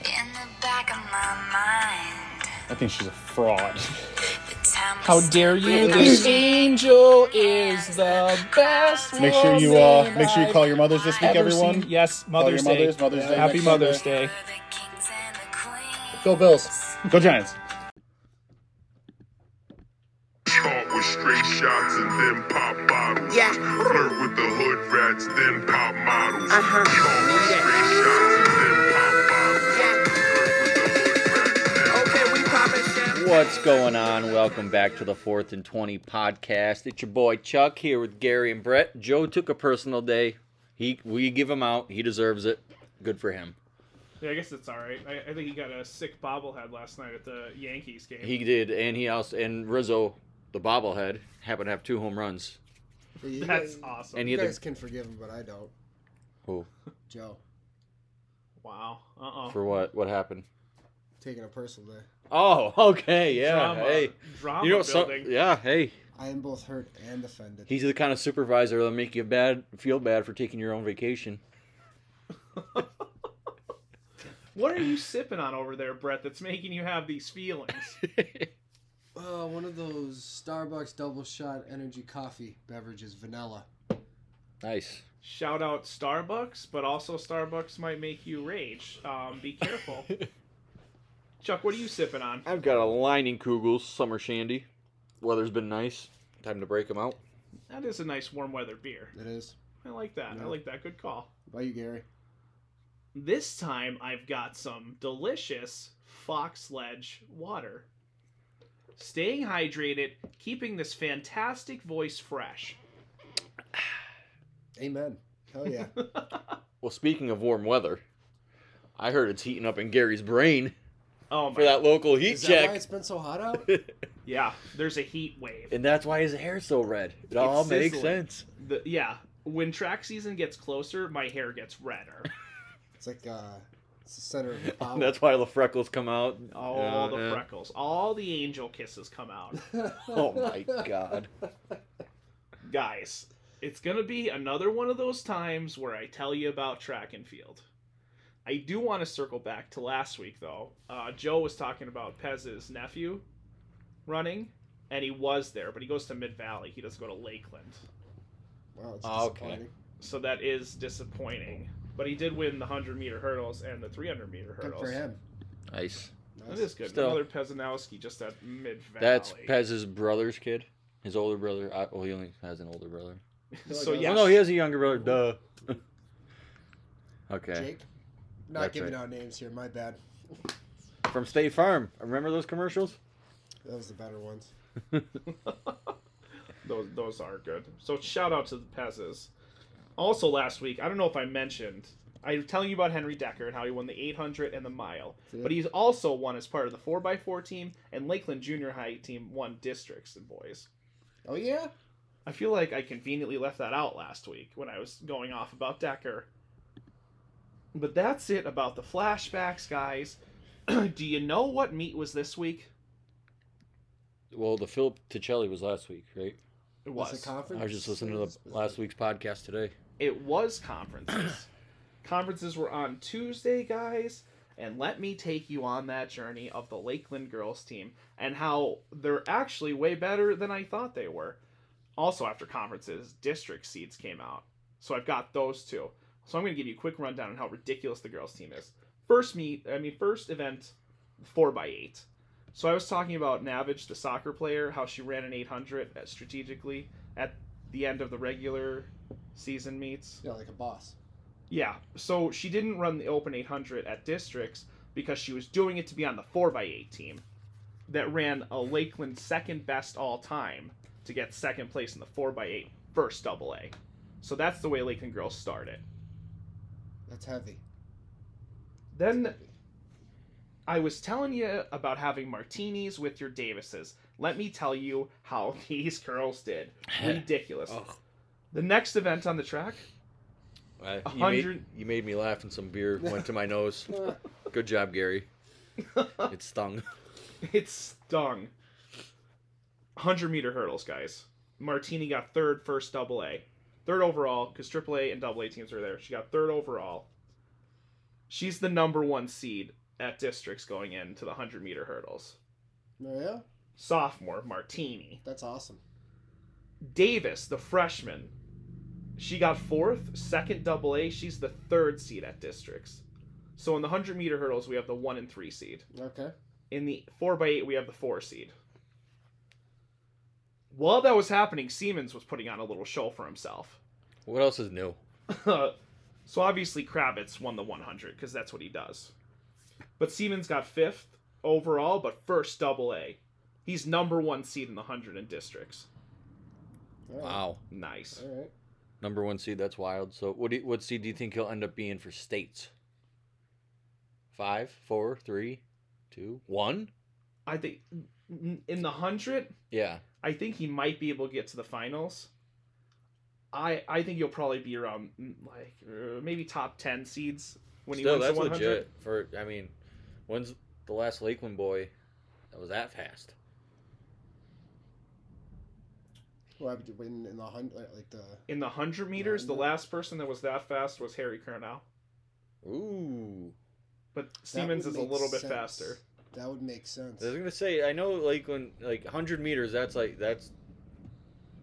in the back of my mind. I think she's a fraud. The time how we dare you this angel is the best Make sure you uh, make sure you call your mothers this week, Ever everyone. seen- yes Call your mother's, mothers. day Mother's Day. happy next mother's day Sunday. were the kings and the queens. Go Bills. Go Giants. Talk with straight shots and then pop bottles. Yeah. Flirt with the hood rats, then pop models. Uh-huh. Talk with straight shots and then pop bottles. Flirt with the hood rats, then Okay, we poppin' champagne. What's going on? Welcome back to the Fourth and Twenty podcast. It's your boy Chuck here with Gary and Brett. Joe took a personal day. He we give him out. He deserves it. Good for him. Yeah, I guess it's all right. I, I think he got a sick bobblehead last night at the Yankees game. He did, and he also and Rizzo, the bobblehead, happened to have two home runs. That's awesome. And he You had guys the, can forgive him, but I don't. who Joe, wow. Uh Uh-uh. oh. for what? What happened? taking a personal day. Oh, okay, yeah, Drama. hey, Drama you know, so, building. yeah, hey, I am both hurt and offended. he's the kind of supervisor that'll make you bad feel bad for taking your own vacation. What are you sipping on over there, Brett, that's making you have these feelings? Uh, one of those Starbucks double shot energy coffee beverages, vanilla. Nice. Shout out Starbucks, but also Starbucks might make you rage. Um, be careful. Chuck, what are you sipping on? I've got a Lining Kugels summer shandy. Weather's been nice. Time to break them out. That is a nice warm weather beer. It is. I like that. I like that. Good call. By you, Gary. This time I've got some delicious Fox Ledge water. Staying hydrated, keeping this fantastic voice fresh. Amen. Hell yeah. Well, speaking of warm weather, I heard it's heating up in Gary's brain Oh my for that local heat Is that why check, it's been so hot out? yeah, there's a heat wave. and that's why his hair's so red. It all makes sizzling. sense. The- yeah, when track season gets closer, my hair gets redder. It's like uh, it's the center of the power. That's why the freckles come out. Oh. All Yeah, the yeah. freckles, all the angel kisses come out. Oh my god. guys, it's going to be another one of those times where I tell you about track and field. I do want to circle back to last week, though. Uh, Joe was talking about Pez's nephew running, and he was there, but he goes to Mid Valley. He doesn't go to Lakeland. Wow, it's Ah, Okay. disappointing. So that is disappointing. But he did win the 100 meter hurdles and the 300 meter Good hurdles. for him. Nice. That is good. Still. Another Pezanowski just at Mid Valley. That's Pez's brother's kid. His older brother. I, well, he only has an older brother. So, Well, yeah. Oh no, he has a younger brother. Duh. okay. Jake, not That's giving right. out names here. My bad. From State Farm. Remember those commercials? That was the better ones. Those those are good. So shout out to the Pezes. Also last week, I don't know if I mentioned, I was telling you about Henry Decker and how he won the 800 and the mile, but he's also won as part of the 4x4 team and Lakeland Junior High team won districts and boys. Oh yeah. I feel like I conveniently left that out last week when I was going off about Decker. But that's it about the flashbacks, guys. Do you know what meet was this week? Well, the Philip Ticelli was last week, right? It Was was it conference? I was just listening to the last week's podcast today. it was conferences. conferences were on Tuesday, guys, and let me take you on that journey of the Lakeland girls team and how they're actually way better than I thought they were. Also, after conferences, district seeds came out. So I've got those two. So I'm going to give you a quick rundown on how ridiculous the girls team is. First meet, I mean, first event, 4x8. So I was talking about Navage, the soccer player, how she ran an 800 at- strategically at the end of the regular season meets. Yeah, like a boss. Yeah, so she didn't run the Open 800 at districts because she was doing it to be on the 4x8 team that ran a Lakeland second best all time to get second place in the 4x8 first double A. So that's the way Lakeland girls started. That's heavy. Then I was telling you about having martinis with your Davises. Let me tell you how these girls did. Ridiculous. The next event on the track, Uh, you, made, hundred- you made me laugh, and some beer went to my nose. Good job, Gary. It stung. It stung. 100 meter hurdles, guys. Martini got third, first double A. Third overall, because triple A and double A teams are there. She got third overall. She's the number one seed at districts going into the 100 meter hurdles. Oh, yeah, Sophomore, Martini. that's awesome. Davis, the freshman, she got fourth, second double A. She's the third seed at districts. So in the 100 meter hurdles, we have the one and three seed. Okay. In the four by eight, we have the four seed. While that was happening, Siemens was putting on a little show for himself. What else is new? so obviously Kravitz won the 100 because that's what he does. But Siemens got fifth overall, but first double A. He's number one seed in the 100 in districts. All right. Wow, Nice. All right. number one seed. That's wild. So, what do you, what seed do you think he'll end up being for states? Five, four, three, two, one. I think in the 100, Yeah, I think he might be able to get to the finals. I I think he'll probably be around mm, like uh, maybe top 10 seeds when still he wins that's the 100. legit. For I mean, when's the last Lakeland boy that was that fast? Well, I've been in the hundred, like the in the 100 meters, the last person that was that fast was Harry Kurnow. Ooh, But that Siemens would is a make little bit sense. faster. That would make sense. I was gonna say, I know Lakeland, like hundred meters. That's like that's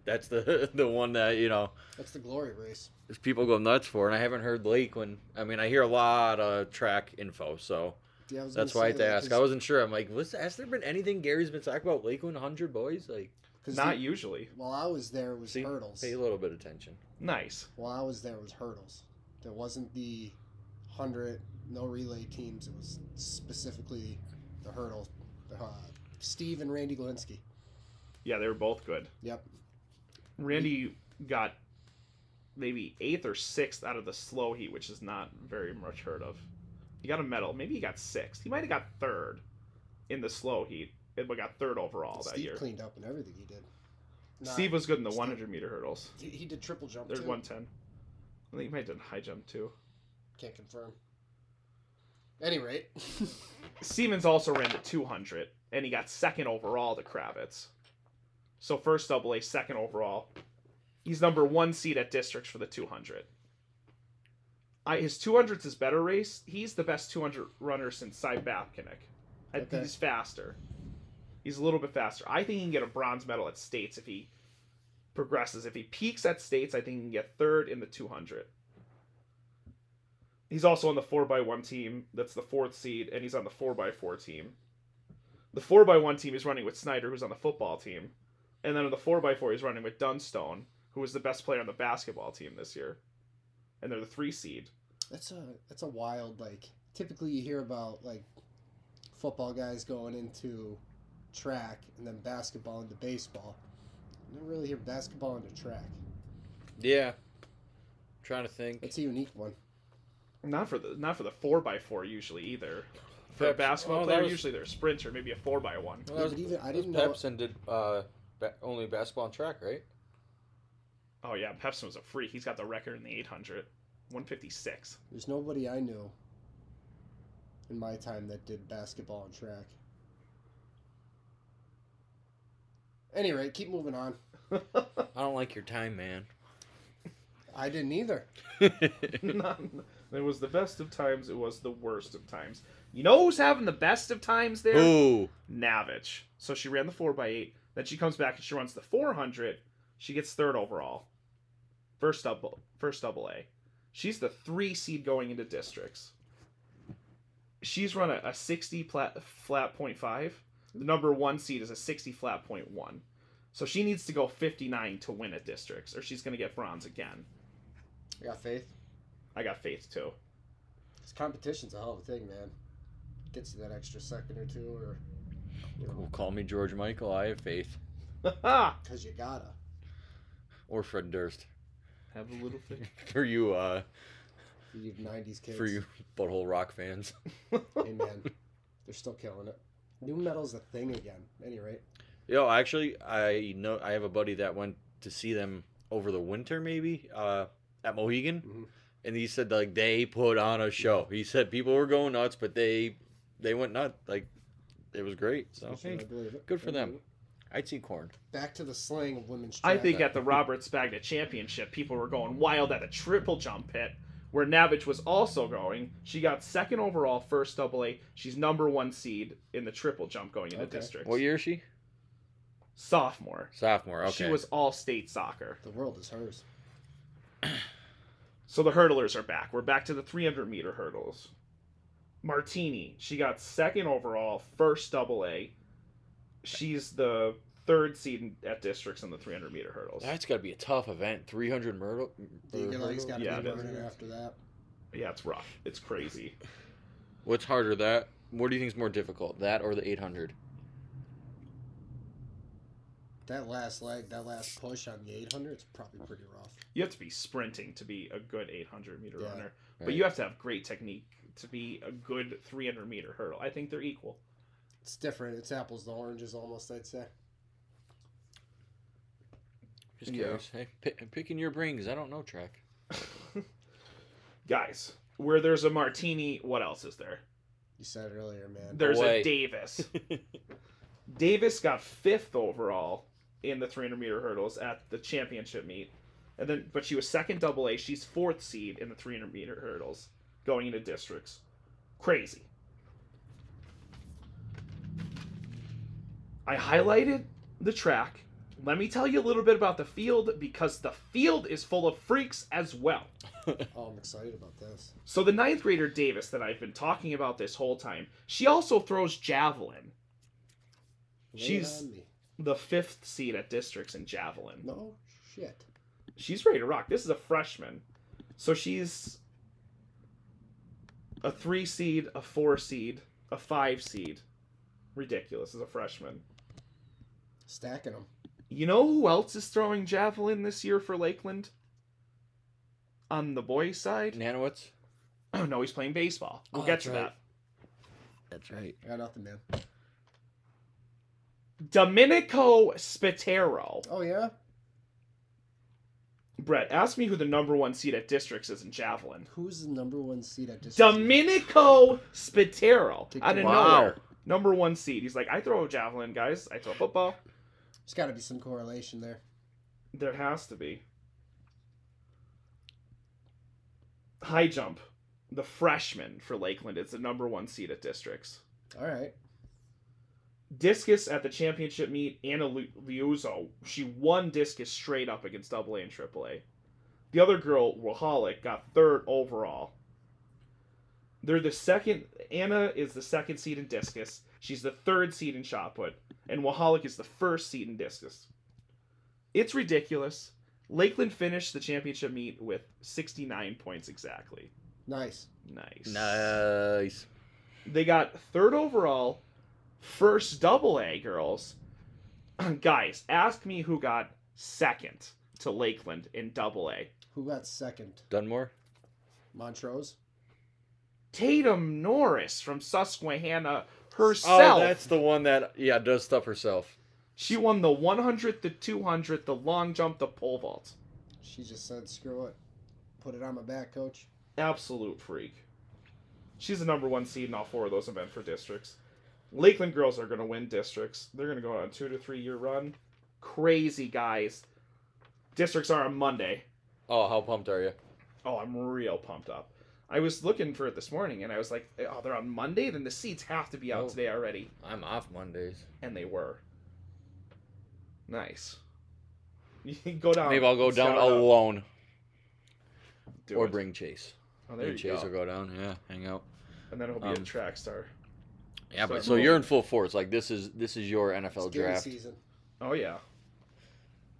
that's the the one that you know That's the glory race. people go nuts for, and I haven't heard Lakeland. I mean, I hear a lot of track info, so Yeah, I was That's gonna why I say had to that, ask. I 'cause- wasn't sure. I'm like, was has there been anything Gary's been talking about Lakeland Hundred Boys? Like, 'cause Not the- usually. While I was there, it was see, hurdles. pay a little bit of attention. Nice. While I was there, it was hurdles. There wasn't the hundred no relay teams. It was specifically the hurdle. Uh, Steve and Randy Galinsky. Yeah, they were both good. Yep. Randy got maybe eighth or sixth out of the slow heat, which is not very much heard of. He got a medal. Maybe he got sixth. He might have got third in the slow heat, but got third overall that Steve year. cleaned up and everything he did. Nah, Steve was good in the 100 meter hurdles. He, he did triple jump. There's too. 110. I think he might have done high jump too. Can't confirm. Any rate, Siemens also ran the 200, and he got second overall to Kravitz. So first double A, second overall. He's number one seed at districts for the 200. I, his 200's his better race. He's the best 200 runner since Cy Babkinik. I Okay. think he's faster. He's a little bit faster. I think he can get a bronze medal at states if he progresses. If he peaks at states, I think he can get third in the 200. He's also on the 4x1 team. That's the fourth seed, and he's on the 4x4 team. The 4x1 team is running with Snyder, who's on the football team. And then on the 4x4, he's running with Dunstone, who was the best player on the basketball team this year. And they're the three seed. that's a that's a wild like. Typically, you hear about like football guys going into track and then basketball into baseball. You don't really hear basketball into track. Yeah, trying to think. That's a unique one. Not for the not for the 4x4 usually either. For a Perhaps- basketball oh, that player, was- usually they're a sprinter, maybe a 4x1. Well, Yeah, that was, but even- I that didn't know- was Pepsin did uh, ba- only basketball and track, right? Oh, yeah, Pepsin was a freak. He's got the record in the 800. 156. There's nobody I knew in my time that did basketball and track. Any rate, keep moving on. I don't like your time, man. I didn't either. It was the best of times. It was the worst of times. You know who's having the best of times there? Ooh, Navich. So she ran the 4x8. Then she comes back and she runs the 400. She gets third overall. First double, first double A. She's the three seed going into districts. She's run a, a 60 flat, flat point five. The number one seed is a 60 flat point one. So she needs to go 59 to win at districts, or she's going to get bronze again. I got faith. I got faith too. This competition's a hell of a thing, man. Gets you that extra second or two, or well, call me George Michael. I have faith. Have because you gotta. Or Fred Durst a little faith. for you, uh, For you '90s kids, for you butthole rock fans. hey man, they're still killing it. New metal's a thing again. Any rate, Yo, actually, I know I have a buddy that went to see them over the winter, maybe uh, at Mohegan, and he said like they put on a show. He said people were going nuts, but they they went nuts. Like it was great. So Sure, hey, I believe it. good for I them. believe I'd see corn. it. Back to the slang of women's. Track. I think at the Robert Spagna Championship, people were going wild at the triple jump pit, where Navich was also going. She got second overall, first double A. She's number one seed in the triple jump going into Okay. districts. What year is she? Sophomore. Sophomore. Okay. She was all state soccer. the world is hers. So the hurdlers are back. We're back to the 300 meter hurdles. Martini, she got second overall, first double A. She's the third seed in- at districts in the 300 meter hurdles. That's got to be a tough event. 300 myrtle. Deacon's got to Yeah, be it is. running after that. Yeah, it's rough. It's crazy. What's harder, that? What do you think is more difficult, that or the 800? That last leg, that last push on the 800, it's probably pretty rough. you have to be sprinting to be a good 800 meter Yeah. runner but Right. you have to have great technique to be a good 300 meter hurdle i think they're equal It's different. It's apples to oranges almost, I'd say. Just curious. Hey, pick, picking your brains. I don't know track. guys where there's a martini what else is there You said earlier, man. there's Away. a davis davis got fifth overall in the 300 meter hurdles at the championship meet and then but she was second double a she's fourth seed in the 300 meter hurdles going into districts crazy i highlighted the track Let me tell you a little bit about the field because the field is full of freaks as well. Oh, I'm excited about this. So the ninth grader Davis that I've been talking about this whole time, she also throws javelin. Lay it She's- on me. The fifth seed at districts in javelin. no shit. She's ready to rock. This is a freshman, so she's a three seed, a four seed, a five seed. Ridiculous as a freshman. Stacking them. You know who else is throwing javelin this year for Lakeland? On the boys' side? Nanowitz. Oh no, he's playing baseball. We'll Oh, get that's to right. that. That's right. I got nothing, man. Domenico Spitero. Oh yeah. Brett, ask me who the number one seed at districts is in javelin. Who's the number one seed at district? Domenico Spitero Kick out of him out. nowhere, number one seed. He's like, I throw a javelin, guys. I throw football. There's got to be some correlation there. There has to be. High jump, the freshman for Lakeland is the number one seed at districts. All right. Discus at the championship meet, Anna Lu- Liuzzo, she won discus straight up against AA and AAA. The other girl, Wahalik, got third overall. They're the second. Anna is the second seed in discus. She's the third seed in shot put, and Wahalik is the first seed in discus. It's ridiculous. Lakeland finished the championship meet with 69 points exactly. Nice. Nice. Nice. They got third overall, first double A girls. Guys, ask me who got second to Lakeland in double A. Who got second? Dunmore. Montrose. Tatum Norris from Susquehanna herself. Oh, that's the one that yeah does stuff herself. She won the 100, the 200, the long jump, the pole vault. She just said, "Screw it, put it on my back, coach." Absolute freak. She's the number one seed in all four of those event for districts. Lakeland girls are going to win districts. They're going to go on a two to three year run. Crazy guys. Districts are on Monday. Oh, how pumped are you? Oh, I'm real pumped up. I was looking for it this morning and I was like, oh, they're on Monday? Then the seats have to be out Oh. today already. I'm off Mondays. And they were. Nice. You can go down. Maybe I'll go down scout it Oh, up. alone Do or it. bring Chase. Oh, there Bring you Chase go. will go down. Yeah, hang out. And then he'll be a Um, track star. Yeah, Start but so rolling. you're in full force. Like this is this is your NFL Scary draft. season. Oh, yeah.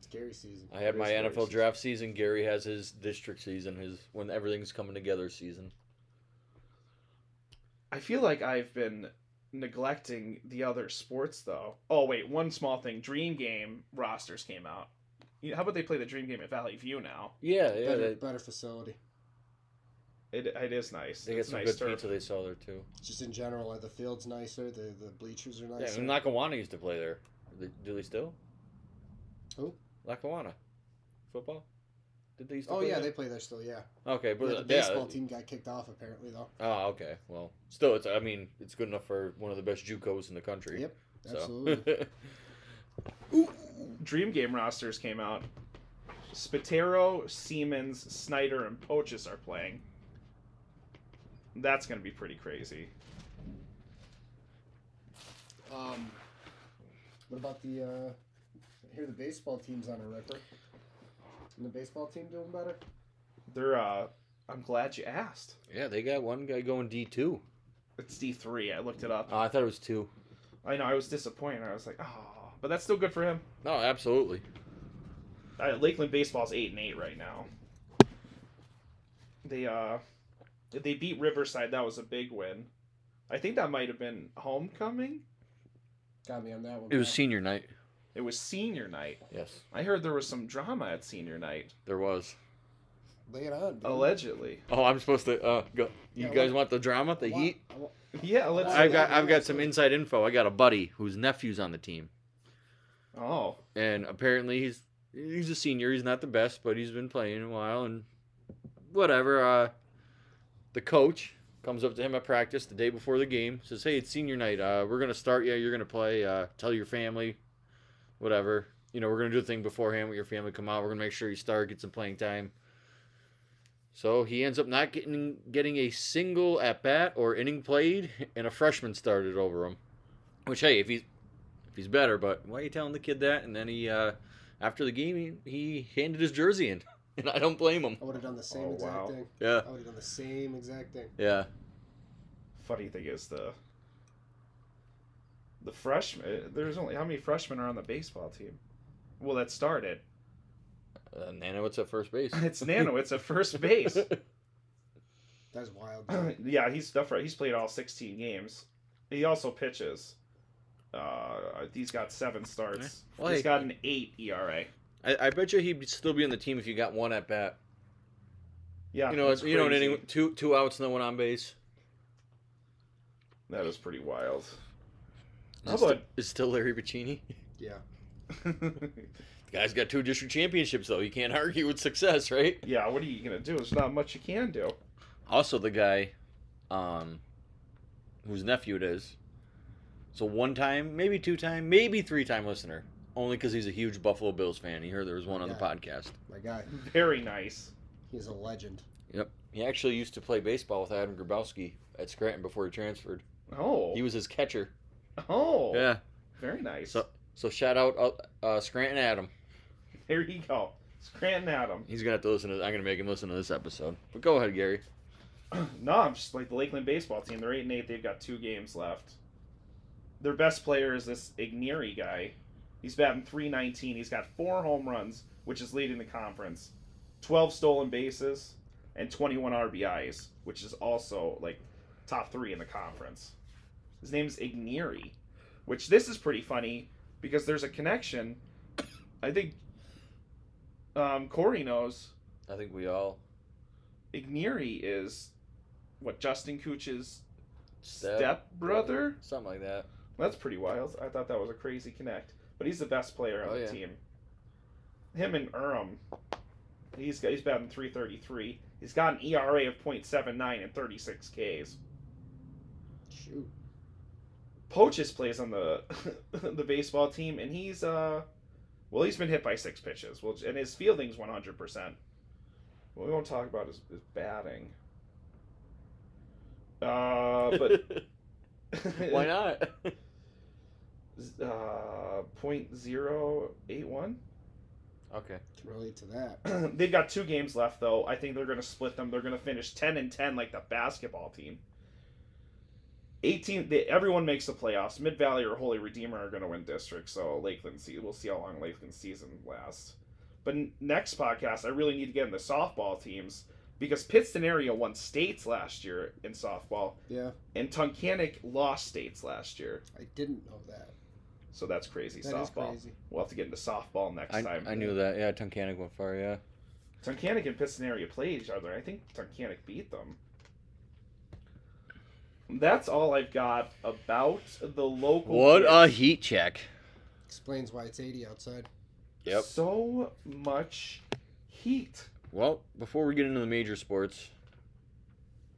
Scary season. I had It my is scary NFL season. draft season. Gary has his district season. His when everything's coming together season. I feel like I've been neglecting the other sports though. Oh wait, one small thing. Dream Game rosters came out. You know, how about they play the Dream Game at Valley View now? Yeah, yeah. better, They, better facility. It, it is nice. they get it's some nice good turf. pizza they sell there too. Just in general, like, the field's nicer. The the bleachers are Yeah, nicer. and Lackawanna used to play there. Do they- Do they still? Who? Lackawanna. Football. Did they used to oh play yeah, there? they play there still. Yeah. Okay, but Yeah, yeah, the baseball team got kicked off apparently though. Oh, okay. Well, still, it's. I mean, it's good enough for one of the best JUCOs in the country. Yep, So. absolutely. Dream Game rosters came out. Spatero, Siemens, Snyder, and Poches are playing. That's gonna be pretty crazy. Um, what about the? Uh, I hear the baseball team's on a ripper. And the baseball team doing better? They're uh I'm glad you asked. yeah, they got one guy going D two. It's D three. I looked it up. Oh, I thought it was two. I know I was disappointed. I was like, oh, but that's still good for him. No, absolutely. uh, Lakeland baseball's eight and eight right now. They uh, they beat Riverside. That was a big win. I think that might have been homecoming. Got me on that one. It was Matt. senior night. It was senior night. Yes, I heard there was some drama at senior night, there was. Lay it on. dude. allegedly. Oh, I'm supposed to uh, go. Yeah, You guys what- want the drama, the I want- heat? I want- Yeah, let's. I- I've got I've got some inside info. I got a buddy whose nephew's on the team, oh, and apparently he's he's a senior. He's not the best, but he's been playing a while, and whatever. Uh, the coach comes up to him at practice the day before the game, says, "Hey, it's senior night. Uh, we're gonna start. Yeah, you're gonna play. Uh, tell your family, whatever. You know, we're gonna do the thing beforehand with your family. Come out. We're gonna make sure you start, get some playing time." So he ends up not getting getting a single at bat or inning played, and a freshman started over him. Which hey, if he's he's better. But why are you telling the kid that? And then he, uh, after the game, he, he handed his jersey in, and I don't blame him. I would have done the same Oh, exact wow. thing. Yeah, I would have done the same exact thing. yeah. Funny thing is the the freshman. There's only how many freshmen are on the baseball team? Well, that started. Uh, Nana, what's at first base? It's Nano. It's at first base. That's wild. yeah, he's stuff right. He's played all 16 games. He also pitches. Uh, he's got seven starts. Yeah. Well, he's hey. got an eight E ERA. I, I bet you he'd still be on the team if you got one at bat. Yeah, You know, it's it's, you know, Ah, crazy. any, two two outs, no one on base. That is pretty wild. How It's about still, it's still Larry Piccini. Yeah. The guy's got two district championships, though. You can't argue with success, right? yeah? What are you gonna do? There's not much you can do. Also, the guy, um, whose nephew it is. So one time, maybe two time, maybe three time listener. Only because he's a huge Buffalo Bills fan. He heard there was one on the Yeah. podcast. My guy. Very nice. He's a legend. Yep. He actually used to play baseball with Adam Grabowski at Scranton before he transferred. Oh, He was his catcher. oh, Yeah. very nice. So so shout out uh, uh, Scranton Adam. there you go, Scranton Adam. He's gonna have to listen to. I'm gonna make him listen to this episode. But go ahead, Gary. No, I'm just like the Lakeland baseball team. They're eight and eight. They've got two games left. Their best player is this Igneri guy. He's batting 319. He's got four home runs, which is leading the conference. 12 stolen bases and 21 RBIs, which is also like top three in the conference. His name's Igneri, which this is pretty funny because there's a connection. I think um, Corey knows I think we all Igneri is what Justin Cooch's Step- step brother. something like that. That's pretty wild. I thought that was a crazy connect, but he's the best player on Oh, the yeah. team. Him and Urm, he's got, he's batting 333. He's got an ERA of .79 and 36 Ks. Shoot. Pochis plays on the the baseball team, and he's uh, well, he's been hit by six pitches. Well, and his fielding's 100. percent Well, we won't talk about his, his batting. Uh, but Why not? uh, point zero eight one. okay. Can relate to that. They've got two games left, though. I think they're going to split them. They're going to finish ten and ten, like the basketball team. Eighteen. They, everyone makes the playoffs. Mid Valley or Holy Redeemer are going to win district. So Lakeland. See, we'll see how long Lakeland's season lasts. But n- next podcast, I really need to get in the softball teams because Pittston area won states last year in softball, Yeah. and Tunkhannock lost states last year. I didn't know that. So that's crazy. That is softball. crazy. We'll have to get into softball next I, time. I knew that. Yeah, Tunkanic went far. Yeah. Tunkanic and Piston Area played each other. I think Tunkanic beat them. That's all I've got about the local. What a kids. heat check. Explains why it's 80 outside. Yep. So much heat. Well, before we get into the major sports,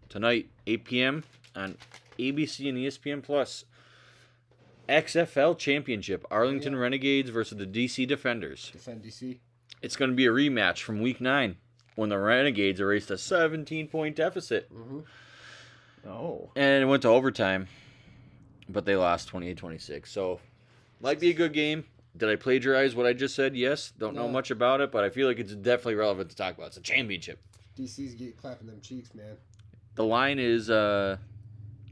tonight 8 p.m. on ABC and E ESPN Plus, XFL Championship Arlington Renegades versus the DC Defenders. Defend DC. It's going to be a rematch from Week Nine when the Renegades erased a 17-point deficit Mm-hmm. Oh. and it went to overtime, but they lost 28-26. So, might be a good game. Did I plagiarize what I just said? Yes. Don't know No. much about it, but I feel like it's definitely relevant to talk about. It's a championship. DC's get clapping them cheeks, man. The line is uh,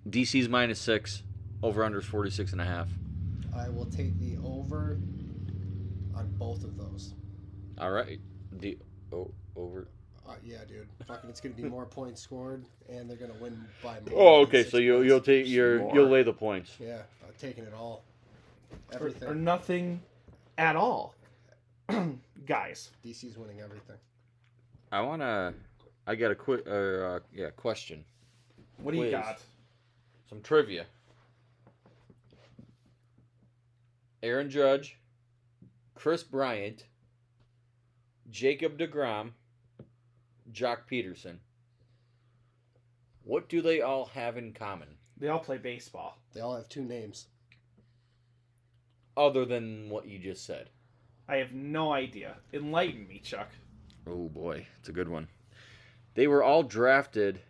DC's minus six, over under is 46 and a half. I will take the over on both of those. All right. The oh, over. Uh, yeah, dude. Fucking, it's gonna be more points scored, and they're gonna win by more. Oh, than okay. six So you, points. you'll take your you'll lay the points. Yeah, I'm taking it all. Or, Everything. or nothing at all. Guys, DC's winning everything. I wanna. I got a quick. Uh, uh, yeah, question. what do you Please. got? Some trivia. Aaron Judge, Chris Bryant, Jacob DeGrom, Jock Peterson. What do they all have in common? They all play baseball. They all have two names. other than what you just said. I have no idea. Enlighten me, Chuck. Oh boy, it's a good one. They were all drafted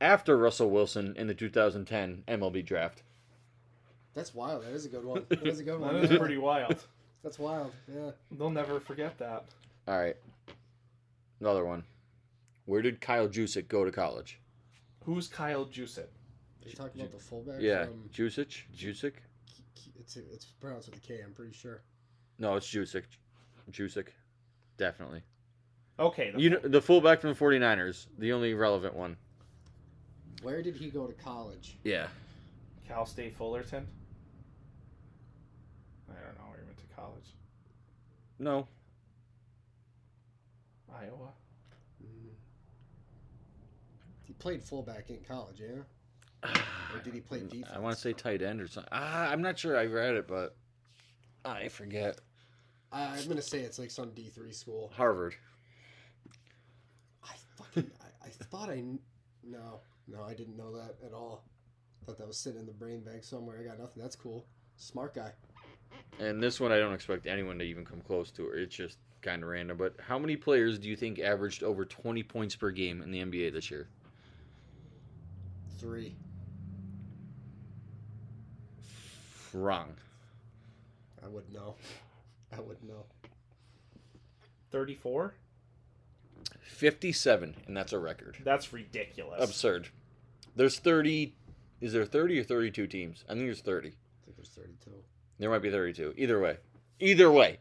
after Russell Wilson in the 2010 MLB draft. That's wild. That is a good one. That is a good That one. is yeah. pretty wild. That's wild. Yeah. They'll never forget that. All right. Another one. Where did Kyle Jusick go to college? Who's Kyle Jusick? Are you talking about the fullback? Yeah, From, Jusic? Jusic? it's, it's pronounced with a K, I'm pretty sure. No, it's Jusic. Jusic. Definitely. Okay, the You know, the fullback from the 49ers, the only relevant one. Where did he go to college? Yeah. Cal State Fullerton. I don't know where he went to college. No. Iowa. He played fullback in college, yeah? Or did he play defense? Mm, I want to say tight end or something. Ah, I'm not sure I read it, but I forget. I, I'm going to say it's like some D3 school. Harvard. I fucking. I, I thought I. kn- No. No, I didn't know that at all. Thought that was sitting in the brain bank somewhere. I got nothing. That's cool. Smart guy. And this one I don't expect anyone to even come close to. It's just kind of random. But how many players do you think averaged over 20 points per game in the NBA this year? Three. Wrong. I would know. I would know. 34? 57, and that's a record. That's ridiculous. Absurd. There's 30. Is there 30 or 32 teams? I think there's 30. I think there's 32. There might be 32. Either way. Either way.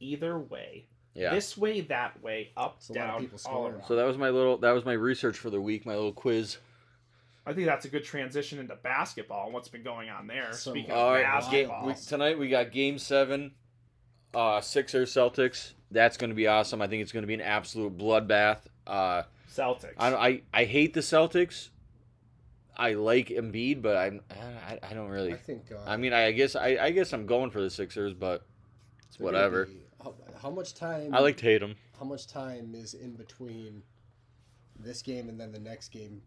Either way. yeah. This way, that way, up, It's a lot of down, people all scoring. around. so that was my little that was my research for the week, my little quiz. I think that's a good transition into basketball and what's been going on there. So- Speaking All of right, basketball, We, tonight we got Game Seven, uh, Sixers Celtics. That's going to be awesome. I think it's going to be an absolute bloodbath. Uh, Celtics. I, I I hate the Celtics. I like Embiid, but I'm I, I don't really. I think. Uh, I mean, I guess I, I guess I'm going for the Sixers, but it's they're gonna whatever. be- How, how much time? I like Tatum. How much time is in between this game and then the next game?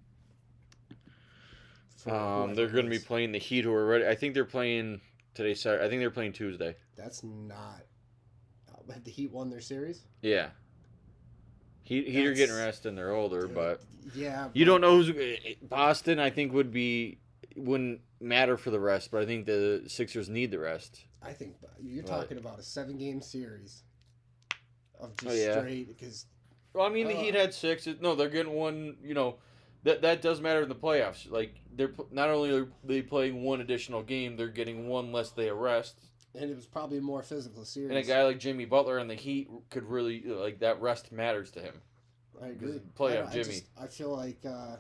for Um, whoever they're going to be wins? playing the Heat, who are ready. I think they're playing today. Saturday. I think they're playing Tuesday. That's not. uh, Have the Heat won their series? Yeah. Heat, Heat are getting That's- rest and they're older, but yeah, You don't know who's eh, Boston. I think would be wouldn't matter for the rest, but I think the Sixers need the rest. I think you're Right. talking about a seven-game series of just Oh, yeah. straight because Well, I mean, the Uh. Heat had six. It- No, they're getting one. You know, that that does matter in the playoffs. Like they're pl- not only are they playing one additional game, they're getting one less they arrest. and it was probably a more physical series. And a guy like Jimmy Butler and the Heat could really like that rest matters to him. I agree. playoff I don't- I Jimmy. just- I feel like uh,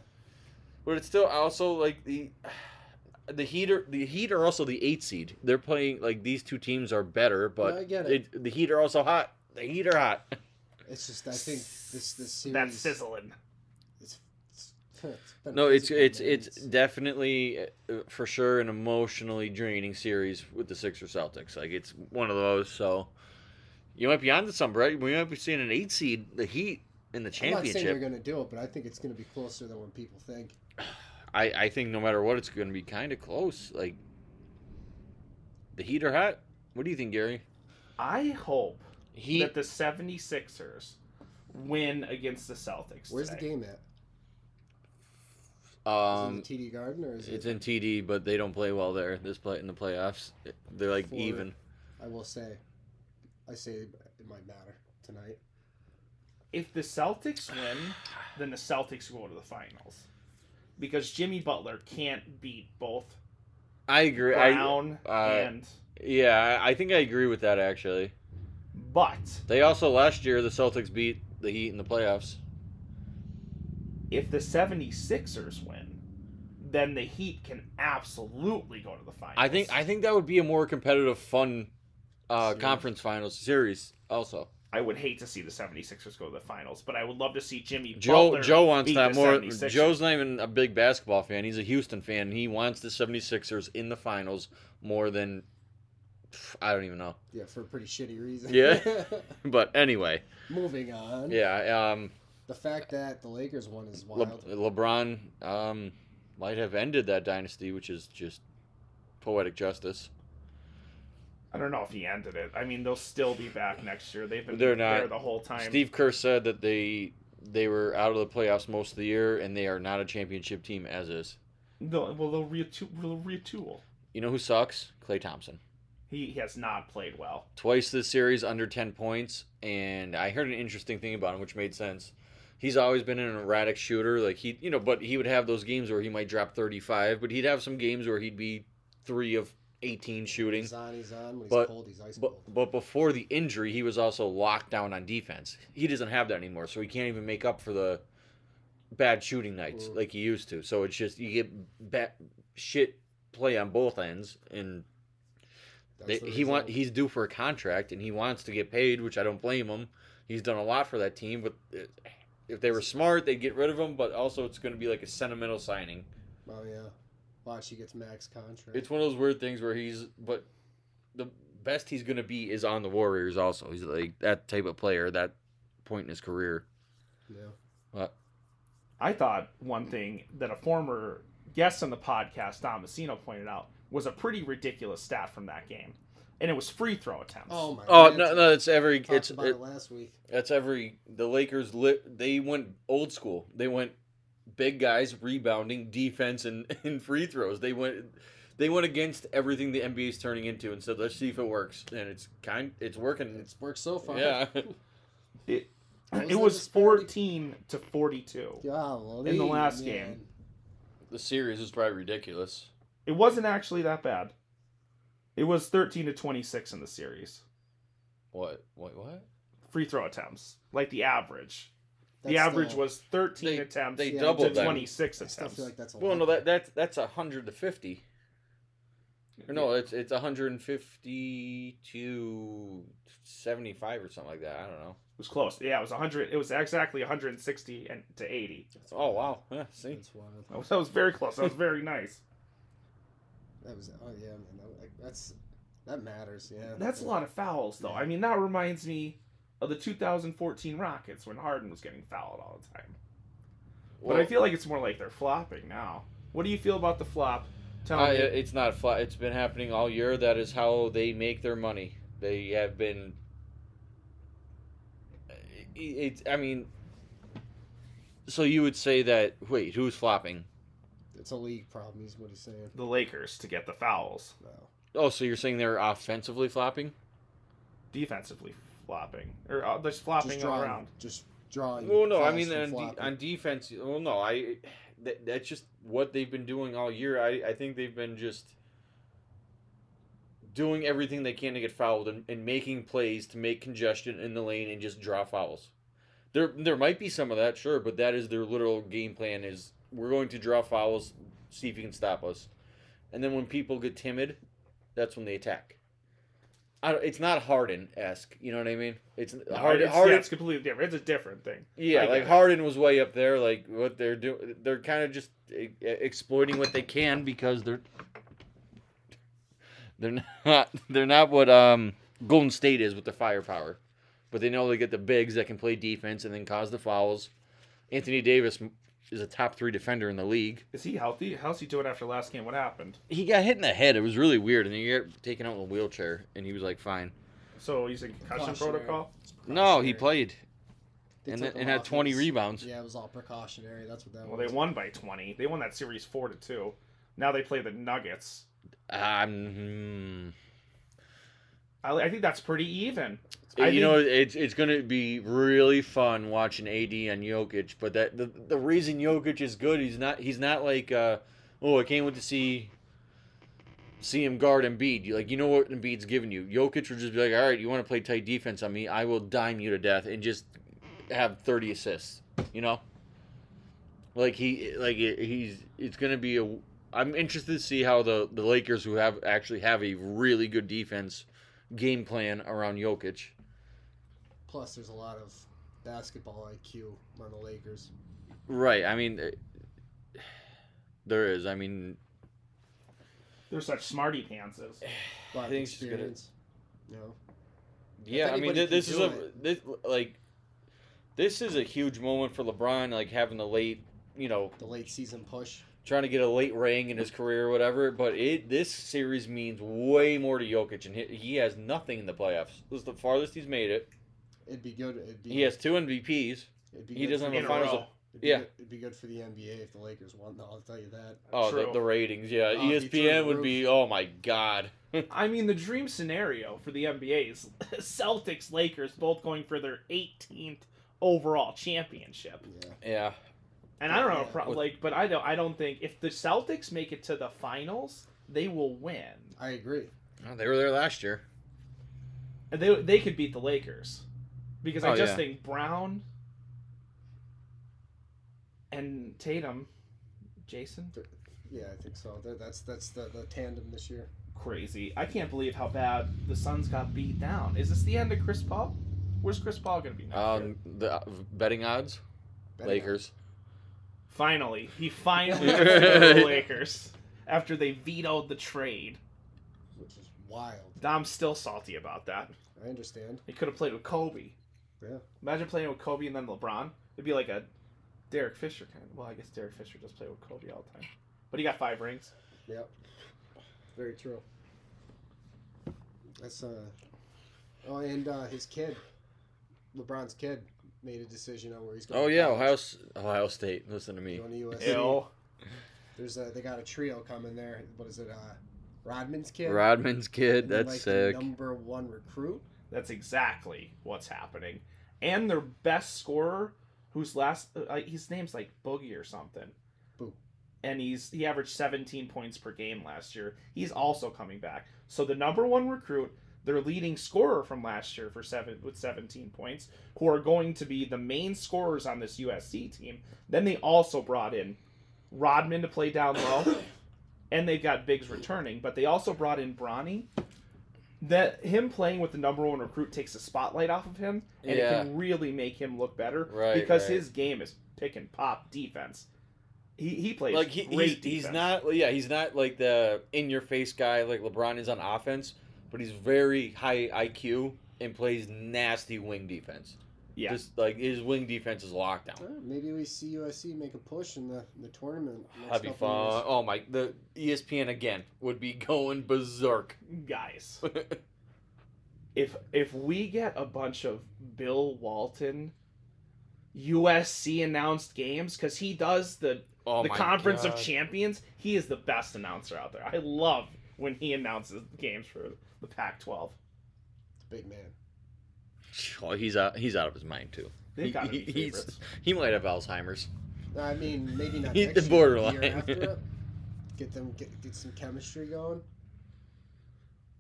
But it's still also like the the Heat are the Heat are also the eight seed. They're playing like these two teams are better, but I get it. the Heat are also hot. The Heat are hot. it's just I think this this series that's sizzling. It's, it's, it's been No, it's physical, it's man. it's definitely uh, for sure an emotionally draining series with the Sixers Celtics. Like it's one of those. So you might be onto some, Brett. We might be seeing an eight seed, the Heat, in the I'm not saying they're championship. going to do it, but I think it's going to be closer than what people think. I I think no matter what, it's going to be kind of close. Like the Heat are hot. What do you think, Gary? I hope Heat. that the 76ers win against the Celtics. Where's the today. game at? Is um, it in the TD Garden or is it? It's in TD, but they don't play well there. This play in the playoffs, they're like For- even. I will say, I say it might matter tonight. If the Celtics win, then the Celtics go to the finals. Because Jimmy Butler can't beat both I agree. Brown I, uh, and. yeah, I I think I agree with that actually. But They also last year the Celtics beat the Heat in the playoffs. if the 76ers win, then the Heat can absolutely go to the finals. I think I think that would be a more competitive, fun uh, Series. conference finals series. Also, I would hate to see the 76ers go to the finals, but I would love to see Jimmy Joe Butler Joe wants beat that the more. 76ers. Joe's not even a big basketball fan. He's a Houston fan. He wants the 76ers in the finals more than pff, I don't even know. Yeah, for a pretty shitty reason. Yeah. But anyway, Moving on. yeah. Um, The fact that the Lakers won is Le- wild. LeBron um, might have ended that dynasty, which is just poetic justice. I don't know if he ended it. I mean, they'll still be back next year. They've been They're there not. the whole time. Steve Kerr said that they they were out of the playoffs most of the year, and they are not a championship team as is. No, well, they'll, retu- they'll retool. You know who sucks? Clay Thompson. He has not played well. Twice this series under 10 points, and I heard an interesting thing about him, which made sense. He's always been an erratic shooter. Like he, you know, but he would have those games where he might drop 35, but he'd have some games where he'd be three of 18 shooting. He's on, he's on. When he's But- cold, he's ice cold. But, but before the injury, he was also locked down on defense. He doesn't have that anymore, so he can't even make up for the bad shooting nights like he used to. So it's just you get bad shit play on both ends, and they, That's the he want result. he's due for a contract, and he wants to get paid, which I don't blame him. He's done a lot for that team, but it, if they were smart, they'd get rid of him. But also, it's going to be like a sentimental signing. Oh yeah. Watch, he gets max contract. It's one of those weird things where he's, but the best he's gonna be is on the Warriors. Also, he's like that type of player. That point in his career. yeah. But I thought one thing that a former guest on the podcast, Don Messino, pointed out was a pretty ridiculous stat from that game, and it was free throw attempts. Oh my. oh God. no, no, it's every Talked it's about it, it last week. that's every the Lakers lit. They went old school. They went big guys rebounding defense and and free throws. They went. They went against everything the NBA is turning into and said, "Let's see if it works." And it's kind, it's working. It's worked so far. yeah, It, Those it are was Oh, just pretty- fourteen to forty-two. Golly, In the last man. game. the series is probably ridiculous. It wasn't actually that bad. It was thirteen to twenty-six in the series. What? What? What? Free throw attempts, like the average. the That's average still- was thirteen They- attempts they to doubled that. twenty-six I still attempts. feel like that's a Well, lot. no, that that's that's a hundred to fifty. Or no, it's it's a hundred and fifty to seventy five or something like that. I don't know. It was close. Yeah, it was hundred. It was exactly one hundred and sixty and to eighty. Oh wow, yeah, see, That's wild. That was, that was very close. That was very nice. That was. Oh yeah, man. That, was- like, that's that matters. Yeah. That's a lot of fouls, though. I mean, that reminds me of the 2014 Rockets when Harden was getting fouled all the time. Well, but I feel like it's more like they're flopping now. What do you feel about the flop? Tell uh, me. it- it's not flat. It's been happening all year. That is how they make their money. They have been. It- It's. I mean. So you would say that? Wait, who's flopping? It's a league problem. Is what he's saying. the Lakers to get the fouls No. Oh, so you're saying they're offensively flopping? defensively flopping or uh, just flopping Just all drawing. around. Just drawing. Well, no, I fast mean and on, de- flopping. on defense. Well, no, I that, that's just what they've been doing all year. I, I think they've been just doing everything they can to get fouled and, and making plays to make congestion in the lane and just draw fouls. There there might be some of that, sure, but that is their literal game plan: is we're going to draw fouls, see if you can stop us, and then when people get timid, that's when they attack. I, don't- it's not Harden esque, you know what I mean? It's No, Harden. it's, Harden yeah, it's completely different. It's a different thing. I yeah, get like it. Harden was way up there. Like what they're doing, they're kind of just e- exploiting what they can because they're they're not they're not what um Golden State is with the firepower, but they know they get the bigs that can play defense and then cause the fouls. Anthony Davis m- is a top three defender in the league. Is he healthy? How's he doing after last game? What happened? He got hit in the head. It was really weird, and then he got taken out in a wheelchair, and he was like fine. So he's in concussion Precautionary. protocol. No, Precautionary. he played They and took him then- and had off. 20 It was- rebounds. Yeah, it was all precautionary. That's what that Well, they was. won by 20. They won that series four to two. Now they play the Nuggets. Ah, Um, I, I think that's pretty even. you I know, it's it's going to be really fun watching AD and Jokic. But that the, the reason Jokic is good, he's not he's not like uh, oh I can't wait to see see him guard Embiid. You- Like you know what Embiid's giving you. Jokic would just be like, all right, you want to play tight defense on me? I will dime you to death and just have thirty assists. You know, like he like it, he's it's going to be a. I'm interested to see how the the Lakers who have actually have a really good defense game plan around Jokic. Plus, there's a lot of basketball IQ on the Lakers. Right. I mean, it- there is. I mean, They're such smarty pantses. A lot of think she's gonna- experience. You know. yeah. I mean, anybody thi- this can is do a this, like this is a huge moment for LeBron, like having the late, you know, The late season push. trying to get a late ring in his career or whatever. But it this series means way more to Jokic, and he, he has nothing in the playoffs. This is the farthest he's made it. It'd be good. It'd be. He has two MVPs. It'd be He good doesn't for- have In a a finals. row. It'd be Yeah. good- it'd be good for the NBA if the Lakers won. though, I'll tell you that. Oh, True. the, the ratings. Yeah, E Oh, it'd be ESPN through the would be. Oh my god. I mean, the dream scenario for the NBA is Celtics, Lakers, both going for their 18th overall championship. Yeah. Yeah. And I don't know, Yeah. pro- like, but I don't, I don't think if the Celtics make it to the finals, they will win. I agree. Oh, they were there last year. And they they could beat the Lakers because I Oh, just yeah. think Brown and Tatum, Jason, Yeah, I think so. That, that's that's the, the tandem this year. crazy. I can't believe how bad the Suns got beat down. Is this the end of Chris Paul? Where's Chris Paul gonna be next? year? Um, the uh, betting odds. Betting Lakers. Finally, he finally went to the Lakers after they vetoed the trade. odds, Which is wild. Dom's still salty about that. I understand. He could have played with Kobe. Yeah. Imagine playing with Kobe and then LeBron. It'd be like a Derek Fisher kind. Of, well, I guess Derek Fisher does play with Kobe all the time, but he got five rings. Yep. Very true. That's uh Oh, and uh his kid, LeBron's kid, made a decision on where he's going. Oh to yeah, college. Ohio S- Ohio State. Listen to me. Going to USC. Ew. There's a they got a trio coming there. What is it? Uh, Rodman's kid. Rodman's kid. And then, That's like, the sick. Number one recruit. That's exactly what's happening. And their best scorer, whose last uh, his name's like Boogie or something. Boo. And he's he averaged 17 points per game last year. He's also coming back. So the number one recruit, their leading scorer from last year for seven with 17 points, who are going to be the main scorers on this USC team. Then they also brought in Rodman to play down low, and they've got Biggs returning, but they also brought in Bronny. That him playing with the number one recruit takes the spotlight off of him, and it can really make him look better Right, because right. his game is pick and pop defense. He he plays like he, great he's, he's defense. not well, yeah he's not like the in your face guy like lebron is on offense but he's very high iq and plays nasty wing defense Yeah, just like his wing defense is Well, lockdown maybe we see USC make a push in the, the tournament. next that'd be couple of fun years. oh my the espn again would be going berserk guys. if if we get a bunch of Bill Walton USC announced games because he does the oh the my conference of God. champions, he is the best announcer out there. I love when he announces games for the Pac-12. Big man. oh, he's out he's out of his mind too They've He- got to be he- he's- favorites. he might have alzheimer's No, I mean, maybe not. He's next year, the borderline. year after it. Get them get, get some chemistry going.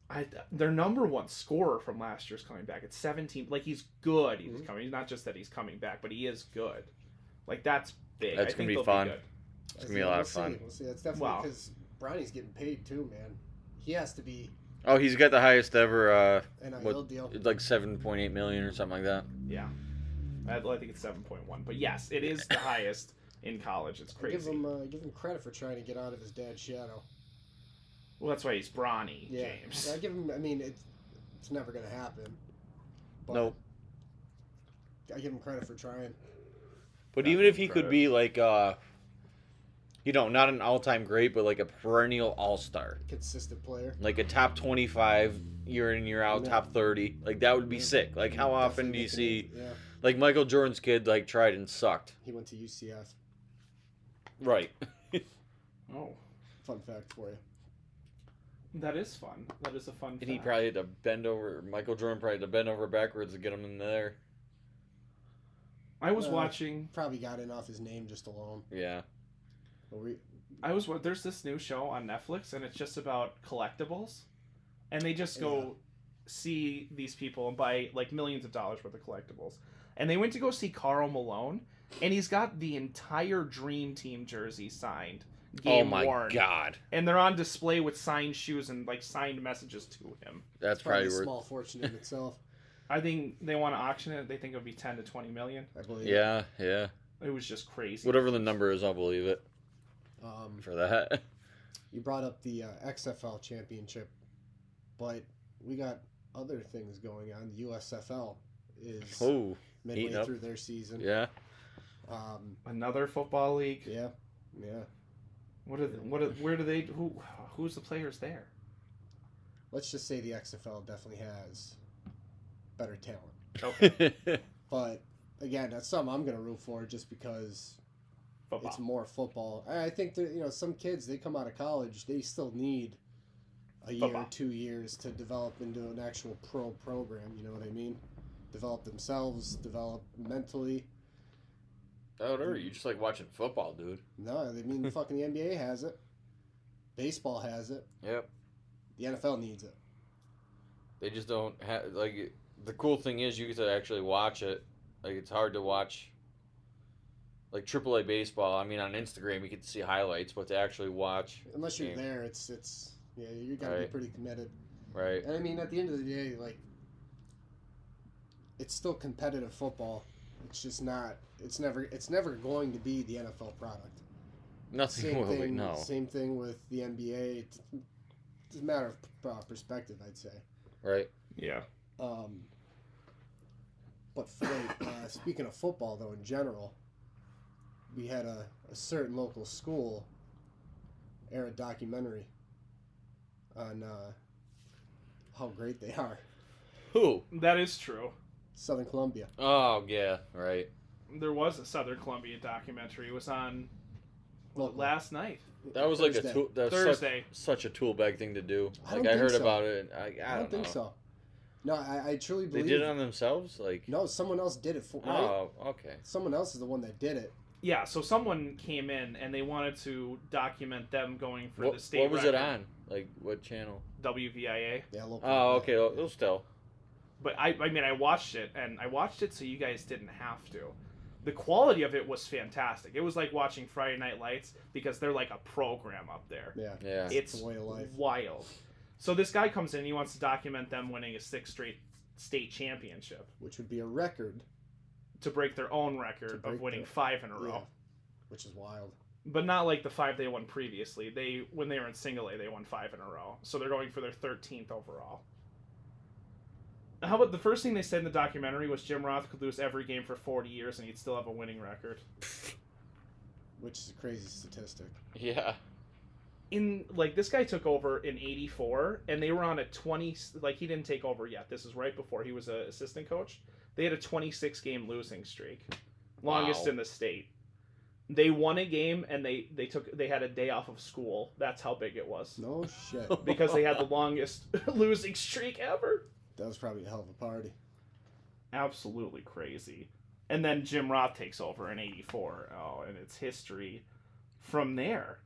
I, their number one scorer from last year's coming back. It's 17. Like, he's good. Mhm. He's coming. He's not just that he's coming back, but he is good. Like, that's big. That's gonna I think be they'll fun. good. It's gonna be a lot we'll of fun. See. We'll see. That's definitely Wow. because Bronny's getting paid too, man. He has to be oh he's got the highest ever uh an ideal what deal. like 7.8 million or something like that Yeah. I, I think it's 7.1. But yes, it is the highest in college. It's I Give crazy. him uh, give him credit for trying to get out of his dad's shadow. well, that's why he's brawny, Yeah, James. I give him. I mean, it's it's never gonna happen. But nope I give him credit for trying. But Not even if he could credit. be like, uh, you know, not an all-time great, but like a perennial all-star, Consistent player. like a top twenty-five year in year out, Yeah. top thirty, like that would be sick. Like how often do Definitely you see making it- Yeah, like Michael Jordan's kid like tried and sucked? he went to UCF. Right. Oh, Fun fact for you. that is fun. That is a fun And he fact. probably had to bend over. Michael Jordan probably had to bend over backwards to get him in there. I was Uh, watching. Probably got in off his name just alone. Yeah. But we, I was. wa- There's this new show on Netflix, and it's just about collectibles, and they just go Yeah. see these people and buy like millions of dollars worth of collectibles. And they went to go see Carl Malone, and he's got the entire Dream Team jersey signed, oh game my worn, god, and they're on display with signed shoes and like signed messages to him. that's probably probably, a worth. small fortune in itself. I think they want to auction it. They think it would be ten to twenty million. I believe. Yeah, yeah. It was just crazy. Whatever the number is, I'll believe it Um, for that. you brought up the uh, XFL championship, but we got other things going on. The USFL is oh, midway heating up. through their season. yeah. Um, Another football league. yeah, yeah. What are? The, what? Are, where do they? Who? Who's the players there? Let's just say the XFL definitely has better talent, Okay. yeah. but again, that's something I'm going to root for just because Football. it's more football. And I think that you know some kids they come out of college they still need a year, Football. two years to develop into an actual pro program. You know what I mean? Develop themselves, develop mentally. Out or you just like watching football, dude. No, I Hmm. mean fucking the NBA has it, baseball has it, Yep. the NFL needs it. They just don't have like the cool thing is you get to actually watch it. Like it's hard to watch like AAA baseball. I mean, on Instagram you get to see highlights, but to actually watch a Unless you're game, there, it's it's yeah you got to Right. be pretty committed. right? And I mean, at the end of the day, like, it's still competitive football. It's just not. It's never. It's never going to be the NFL product. Nothing Same will be thing. no Same thing with the NBA. It's, it's a matter of uh, perspective, I'd say. right. Yeah. Um, but for, like, uh, speaking of football, though, in general, we had a, a certain local school air a documentary on uh, how great they are. Who? That is true. Southern Columbia. Oh yeah, right. There was a Southern Columbia documentary. It was on Local. last night. That was like Thursday. a tool, that's Thursday. Such, such a tool bag thing to do. I Like don't I, think heard so. about it. And I, I, I don't think know. so. No, I, I truly They believe. did it on themselves, like no, someone else did it for. Right? oh okay. Someone else is the one that did it. Yeah, so someone came in and they wanted to document them going for What, the state. what was it record, on? Like what channel? WVIA. Yeah, local. Oh okay, well, it'll still. But I, I mean, I watched it and I watched it so you guys didn't have to. The quality of it was fantastic. It was like watching Friday Night Lights because they're like a program up there. Yeah. Yeah. it's the way of life. wild. So this guy comes in, he wants to document them winning a sixth straight state championship Which would be a record, to break their own record break of winning their- five in a row. yeah. which is wild. But not like the five they won previously. They when they were in single A, they won five in a row. So they're going for their thirteenth overall. How about the first thing they said in the documentary was Jim Roth could lose every game for forty years and he'd still have a winning record. Which is a crazy statistic. yeah. in like this guy took over in 84 and they were on a 20 like he didn't take over yet this is right before he was an assistant coach they had a 26 game losing streak longest Wow. in the state they won a game and they they took they had a day off of school that's how big it was No shit. because they had the longest losing streak ever that was probably a hell of a party. absolutely crazy. And then Jim Roth takes over in '84. Oh, and it's history from there.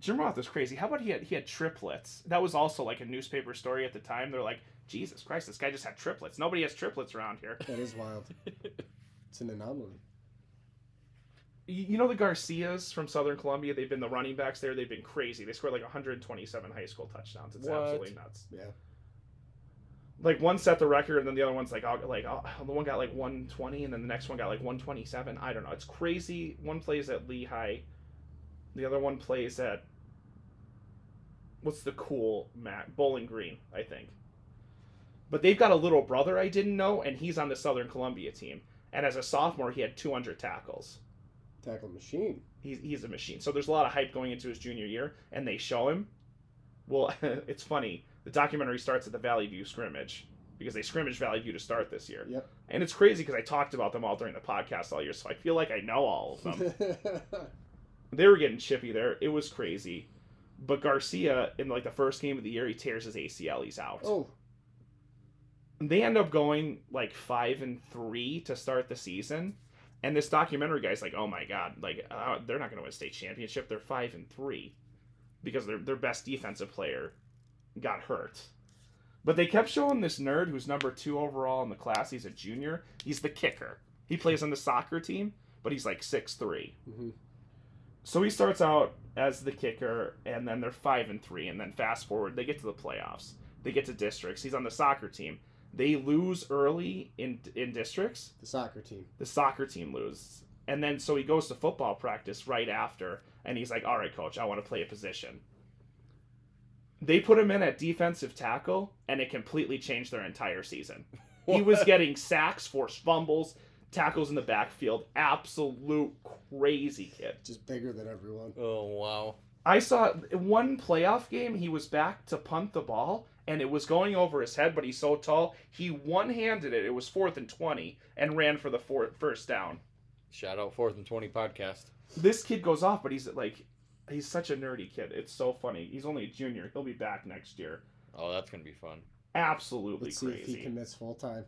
Jim Roth is crazy. How about he had he had triplets? That was also like a newspaper story at the time. They're like, Jesus Christ, this guy just had triplets. Nobody has triplets around here. That is wild. it's an anomaly. You you know the Garcias from Southern Columbia? They've been the running backs there. They've been crazy. They scored like 127 high school touchdowns. It's What? absolutely nuts. Yeah. Like one set the record, and then the other one's like, oh, like oh, the one got like 120, and then the next one got like 127. I don't know. It's crazy. One plays at Lehigh, the other one plays at what's the cool Mac Bowling Green, I think. But they've got a little brother I didn't know, and he's on the Southern Columbia team. And as a sophomore, he had 200 tackles Tackle machine. he's, he's a machine. So there's a lot of hype going into his junior year, and they show him. Well, it's funny. The documentary starts at the Valley View scrimmage because they scrimmage Valley View to start this year. Yep. And it's crazy because I talked about them all during the podcast all year, so I feel like I know all of them. they were getting chippy there. It was crazy. But Garcia, in like the first game of the year, he tears his ACL. He's out. oh, They end up going like five and three to start the season. And this documentary guy's like, oh my god, like uh, they're not going to win a state championship. They're five and three because their their best defensive player got hurt. But they kept showing this nerd who's number two overall in the class. He's a junior. He's the kicker. He plays on the soccer team, but he's like six Mhm. So he starts out as the kicker, and then they're five and three, and then fast forward, they get to the playoffs. They get to districts. He's on the soccer team. They lose early in in districts, the soccer team. the soccer team loses. And then so he goes to football practice right after and he's like, "All right, coach, I want to play a position." They put him in at defensive tackle and it completely changed their entire season. He was getting sacks, forced fumbles, tackles in the backfield, absolute crazy kid. Just bigger than everyone. Oh wow. I saw one playoff game. He was back to punt the ball, and it was going over his head, but he's so tall, he one handed it. It was fourth and 20 and ran for the four, first down. Shout out fourth and twenty podcast. This kid goes off, but he's like, he's such a nerdy kid. It's so funny. He's only a junior. He'll be back next year. Oh, that's gonna be fun. Absolutely Let's see crazy. if he commits full time.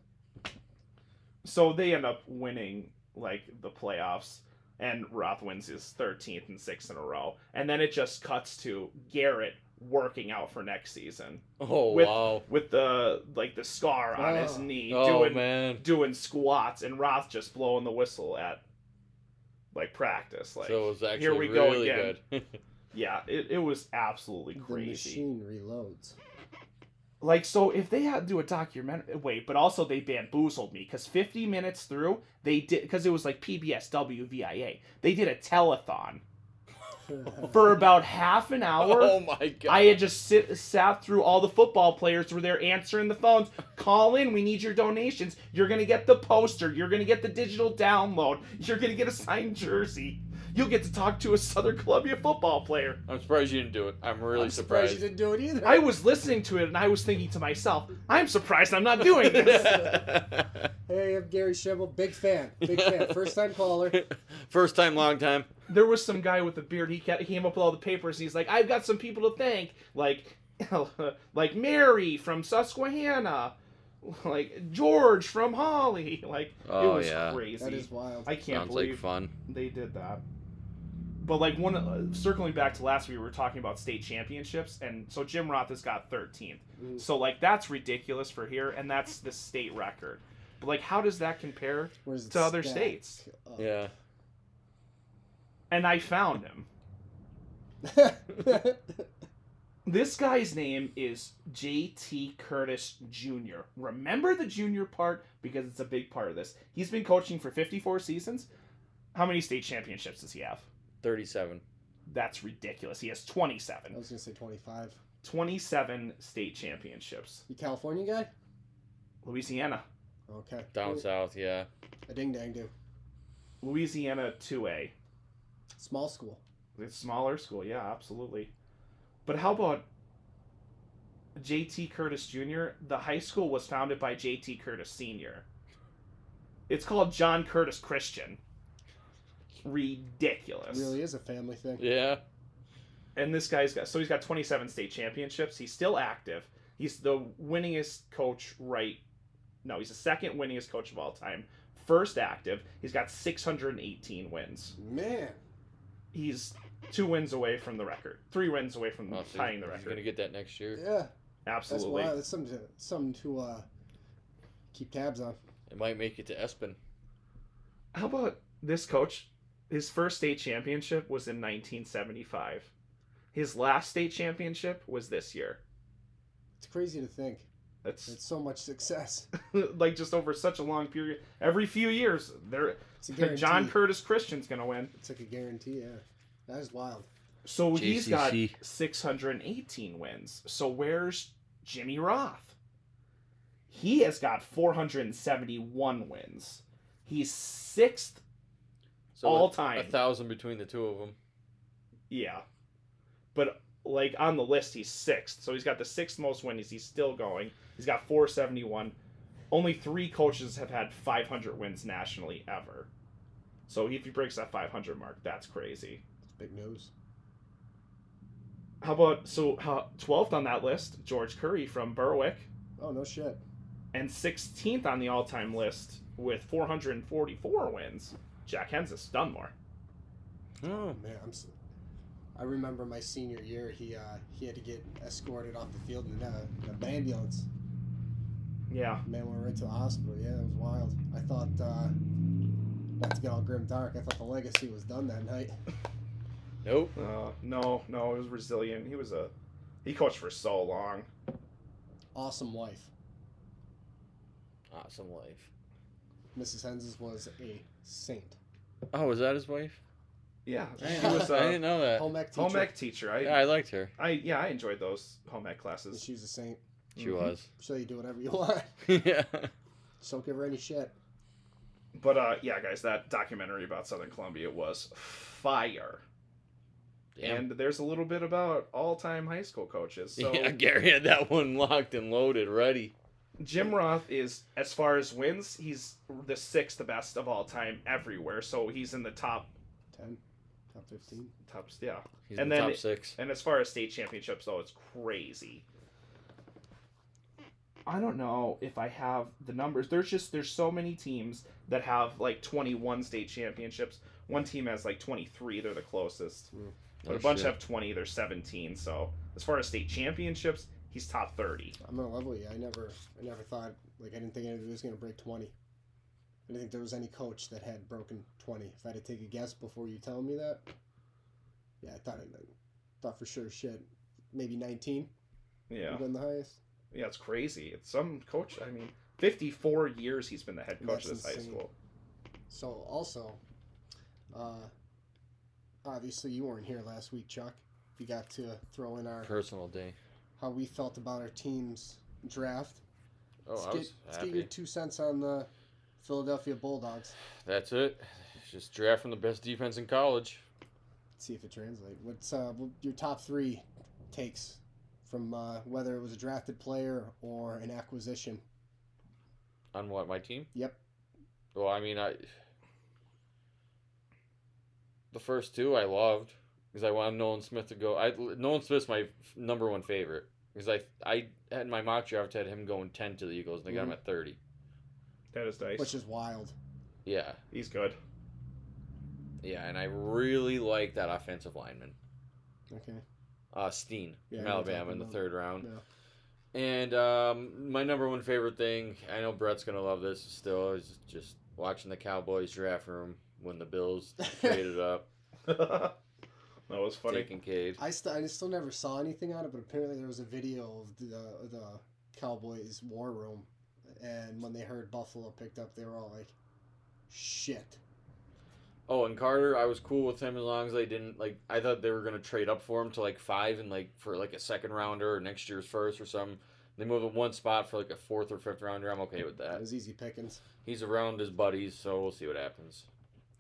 so they end up winning like the playoffs and roth wins his 13th and sixth in a row and then it just cuts to garrett working out for next season Oh with wow. with the like the scar on his Oh. knee Oh doing man. doing squats and roth just blowing the whistle at like practice like so it was actually here we go really again good. yeah it, it was absolutely The crazy machine reloads. like so if they had to do a documentary wait but also they bamboozled me because 50 minutes through they did because it was like pbs wvia they did a telethon for about half an hour oh my god. i had just sit, sat through all the football players were there answering the phones call in we need your donations you're gonna get the poster you're gonna get the digital download you're gonna get a signed jersey you'll get to talk to a southern columbia football player I'm surprised you didn't do it. I'm really I'm surprised surprised. you didn't do it either. i was listening to it and i was thinking to myself i'm surprised i'm not doing this Hey, I'm Gary Schimmel. Big fan. Big fan. First time caller. First time, long time. there was some guy with a beard. He ca- he came up with all the papers. And he's like, I've got some people to thank, like like Mary from Susquehanna, like George from Holly. Like Oh, it was yeah. crazy. That is wild. I can't Sounds believe like fun. they did that. But like one, uh, circling back to last, week, we were talking about state championships, and so Jim Roth has got 13th. So like that's ridiculous for here, and that's the state record. But like, how does that compare Where does it to other stack Oh. states? up? Yeah. And I found him. This guy's name is JT Curtis Jr. Remember the junior part because it's a big part of this. He's been coaching for 54 seasons. How many state championships does he have? Thirty-seven. That's ridiculous. He has I 27. was gonna say 25. 27 state championships. You California guy? Louisiana. Okay. Down south, yeah. A ding dang do. Louisiana 2A. Small school. It's smaller school, yeah, absolutely. But how about JT Curtis Jr.? The high school was founded by JT Curtis Sr. It's called John Curtis Christian. Ridiculous. Really is a family thing. Yeah. And this guy's got so he's got 27 state championships. He's still active. He's the winningest coach right No, he's the second winningest coach of all time. First active. He's got 618 wins. Man. He's two wins away from the record. Three wins away from Oh, so tying the He's gonna record. get that next year. Yeah. That's Absolutely. wild. That's something to something to uh, keep tabs on. It might make it to Espen. How about this coach? His first state championship was in 1975. His last state championship was this year. It's crazy to think. That's It's so much success. like just over such a long period. Every few years, there It's a guarantee. John Curtis Christian's going to win. It's like a guarantee. Yeah. That is wild. So he's got JCC. 618 wins. So where's Jimmy Roth? He has got 471 wins. He's sixth So All a- time. A thousand between the two of them. Yeah. But like on the list, he's sixth. So he's got the sixth most wins. He's still going. He's got 471. Only three coaches have had 500 wins nationally ever. So if he breaks that 500 mark, that's crazy. It's big news. How about so how, 12th on that list, George Curry from Berwick, Oh no shit. and 16th on the all-time list with 444 wins, Jack Hensis Dunmore. Oh. Man, I'm. s- I remember my senior year. He uh, he had to get escorted off the field in a, in a ambulance. Yeah, Man went right to the hospital. Yeah, it was wild. I thought, uh, not to get all grim dark, I thought the legacy was done that night. Nope. uh, no, no, he was resilient. He was a he coached for so long. Awesome wife. Awesome life. Mrs. Henses was a saint. Oh, was that his wife? Yeah, Damn. she was I a didn't know that. Home ec teacher. home ec teacher. I, Yeah, I liked her. I yeah, I enjoyed those home ec classes. She was a saint. She Mhm. was. She'll let you do whatever you want. yeah. She don't give her any shit. But uh, yeah, guys, that documentary about Southern Columbia was fire. Damn. and there's a little bit about all-time high school coaches. So yeah, Gary had that one locked and loaded, ready. Jim Roth is, as far as wins, he's the sixth best of all time everywhere. So he's in the top, Ten, top fifteen. tops, yeah. He's and in then, the top six. and as far as state championships, though, it's crazy. I don't know if I have the numbers. There's just there's so many teams that have like 21 state championships. One team has like 23. They're the closest, but Oh, a bunch shit. have 20. They're 17. So as far as state championships, he's top 30. I'm gonna level you. I never, I never thought like I didn't think anybody was gonna break twenty. I didn't think there was any coach that had broken twenty. If I had to take a guess before you telling me that, yeah, I thought I thought for sure shit, maybe nineteen Yeah. would been the highest. Yeah, it's crazy. It's some coach. I mean, 54 years he's been the head coach That's of this high insane. school. So also, uh, obviously you weren't here last week, Chuck. You got to throw in our Personal day. how we felt about our team's draft. Oh, let's I get, was let's happy. get your two cents on the Philadelphia Bulldogs. That's it. Just draft from the best defense in college. see if it translates. What's uh, what- your top three takes from uh, whether it was a drafted player or an acquisition? On what, my team? Yep. Well, I mean, I the first two I loved because I wanted Nolan Smith to go. I Nolan Smith's my f- number one favorite because I I had my mock draft had him going ten to the Eagles and they got him at thirty. That is nice. Which is wild. Yeah, he's good. yeah, and I really like that offensive lineman, Okay. uh, Steen Yeah, I from know what you're Alabama in talking the about. third round. No. And um, my number one favorite thing, I know Brett's gonna love this still, is just watching the Cowboys draft room when the Bills traded up, that was funny. taking Cade. I, st- I still never saw anything on it, but apparently there was a video of the the Cowboys war room, and when they heard Buffalo picked up, they were all like, "Shit." Oh, and Carter, I was cool with him as long as they didn't like. I thought they were gonna trade up for him to like five and like for like a second rounder or next year's first or something. They move it one spot for like a fourth or fifth rounder. I'm okay with It that. was easy pickings. He's around his buddies, so we'll see what happens.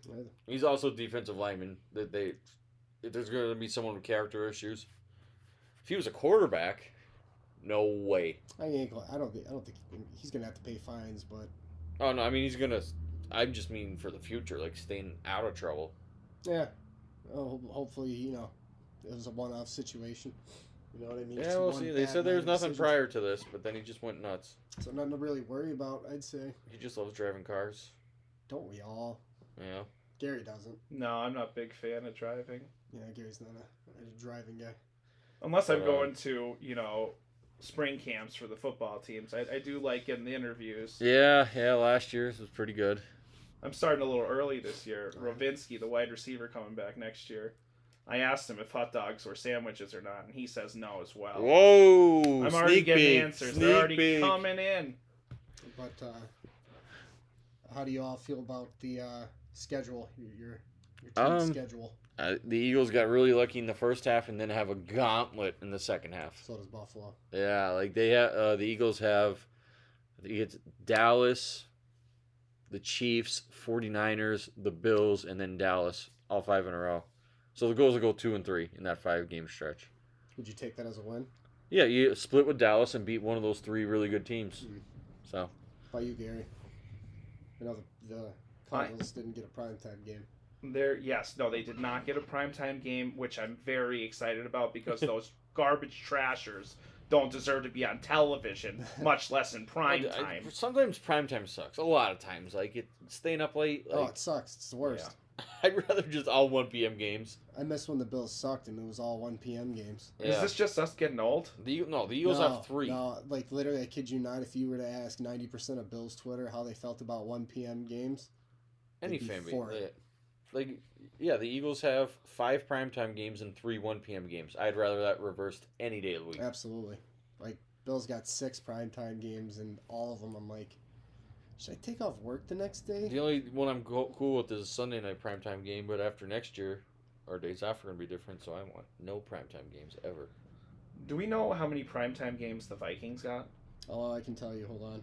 Yeah. He's also defensive lineman. That they, if there's gonna be someone with character issues. If he was a quarterback, no way. I mean, I don't think I don't think he's gonna have to pay fines, but Oh no, I mean he's gonna. I just mean for the future, like staying out of trouble. Yeah. Oh, ho- hopefully, you know, it was a one-off situation. You know what I mean? Yeah, Just we'll one see. They bad said there was night of nothing decisions. prior to this, but then he just went nuts. So nothing to really worry about, I'd say. He just loves driving cars. Don't we all? Yeah. Gary doesn't. No, I'm not a big fan of driving. Yeah, Gary's not a, a driving guy. Unless I'm Uh, going to, you know, spring camps for the football teams. I, I do like getting the interviews. Yeah, yeah. Last year's was pretty good. I'm starting a little early this year. Uh-huh. Rovinsky, the wide receiver, coming back next year. I asked him if hot dogs were sandwiches or not, and he says no as well. Whoa! I'm already getting answers. They're already coming in. But uh, how do you all feel about the uh, schedule? Your your, your team Um, schedule. Uh, the Eagles got really lucky in the first half, and then have a gauntlet in the second half. So does Buffalo. Yeah, like they have uh, the Eagles have. You get Dallas, the Chiefs, 49ers, the Bills, and then Dallas, all five in a row. So the goals will go two and three in that five game stretch. Would you take that as a win? Yeah, you split with Dallas and beat one of those three really good teams. Mm. So By you, Gary. I know the, the Fine. Cardinals didn't get a primetime game. There, yes, no, they did not get a primetime game, which I'm very excited about because those garbage trashers don't deserve to be on television, much less in prime I- I- time. sometimes prime time sucks. A lot of times, like it staying up late. Oh, Like, it sucks. It's the worst. I'd rather just all one p.m. games. I miss when the Bills sucked and it was all 1 p.m. games. Yeah. Is this just us getting old? the Eag- no, the Eagles have three. No, like literally, I kid you not. If you were to ask 90% of Bills Twitter how they felt about 1 p.m. games, Any They'd be fan base. four. they- Like, yeah, the Eagles have five primetime games and three 1 p.m. games. I'd rather that reversed any day of the week. absolutely. Like Bills got six primetime games, and all of them, I'm like, should I take off work the next day? The only one I'm go- cool with is a Sunday night primetime game, but after next year, our days off are going to be different, so I want no primetime games ever. Do we know how many primetime games the Vikings got? Oh, I can tell you. Hold on.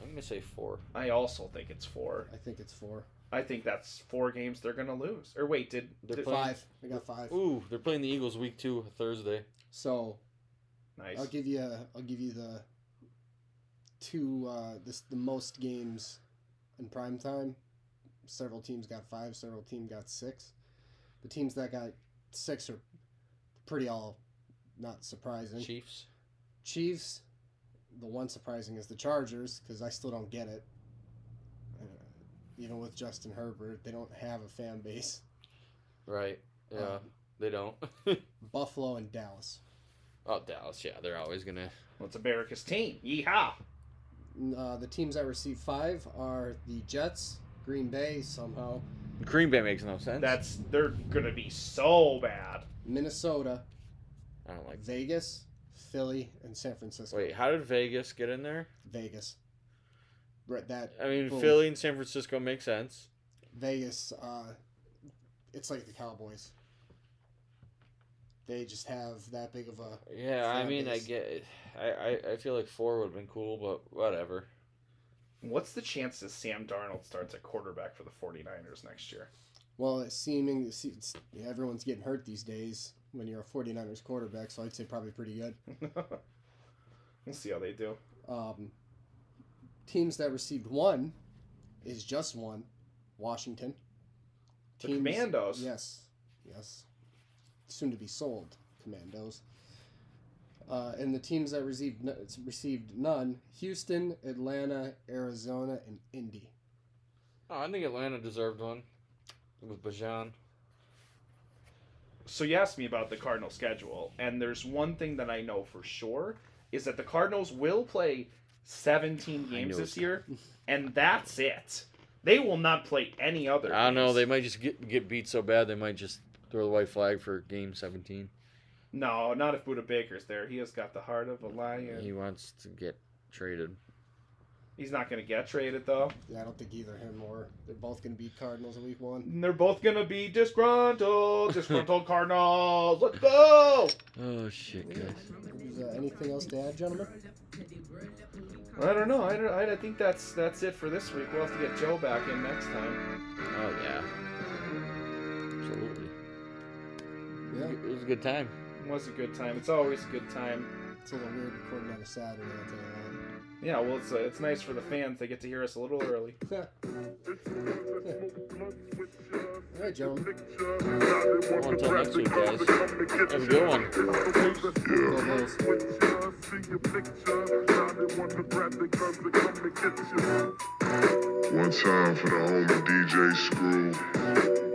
I'm gonna say four. I also think it's four. I think it's four. I think that's four games they're gonna lose. Or wait, did, They're did- playing- Five. I got five. Ooh, they're playing the Eagles week two Thursday. So nice? I'll give you. I'll give you the two. Uh, this the most games in prime time. Several teams got five. Several team got six. The teams that got six are pretty all not surprising. Chiefs. Chiefs. The one surprising is the Chargers because I still don't get it. Uh, Even with Justin Herbert, they don't have a fan base. Right. Uh, Yeah. Um, they don't. Buffalo and Dallas. oh, Dallas. Yeah, they're always gonna. Well, it's America's team. Yeehaw! Uh, the teams that receive five are the Jets, Green Bay somehow, Green Bay makes no sense. That's they're gonna be so bad. Minnesota, I don't like. Vegas, Philly, and San Francisco. Wait, how did Vegas get in there? Vegas. Right, that I mean, Boom. Philly and San Francisco make sense. Vegas, uh, it's like the Cowboys. They just have that big of a Yeah, I Fan mean, I base. get. It. I, I I feel like four would have been cool, but whatever. What's the chances Sam Darnold starts at quarterback for the 49ers next year? Well, it's seeming it's- it's- everyone's getting hurt these days when you're a 49ers quarterback, so I'd say probably pretty good. We'll see how they do. Um, teams that received one is just one Washington. The Commandos. Yes. Yes. Soon to be sold, Commandos. Uh, and the teams that received, n- received none Houston, Atlanta, Arizona, and Indy. Oh, I think Atlanta deserved one with Bajan. So you asked me about the Cardinal schedule, and there's one thing that I know for sure is that the Cardinals will play 17 games knew this year, and that's it. They will not play any other. I don't know. They games. might just get get beat so bad they might just throw the white flag for game seventeen. no, not if Buda Baker's there. He has got the heart of a lion. He wants to get traded. He's not going to get traded though. Yeah, I don't think either him or they're both going to beat Cardinals in week one. And they're both going to be disgruntled, disgruntled Cardinals. Let's go. Oh shit, guys. Is, uh, anything else to add, gentlemen? I don't know. I, don't, I I think that's that's it for this week. We'll have to get Joe back in next time. Oh yeah. Absolutely. Yeah. It was a good time. It was a good time. It's always a good time. It's a little weird recording on a Saturday. I'll tell you Yeah, well, it's uh, it's nice for the fans. They get to hear us a little early. that. All All right, gentlemen. until next week, guys. Have a good one. Go Bulls. One time for the homie DJ Screw.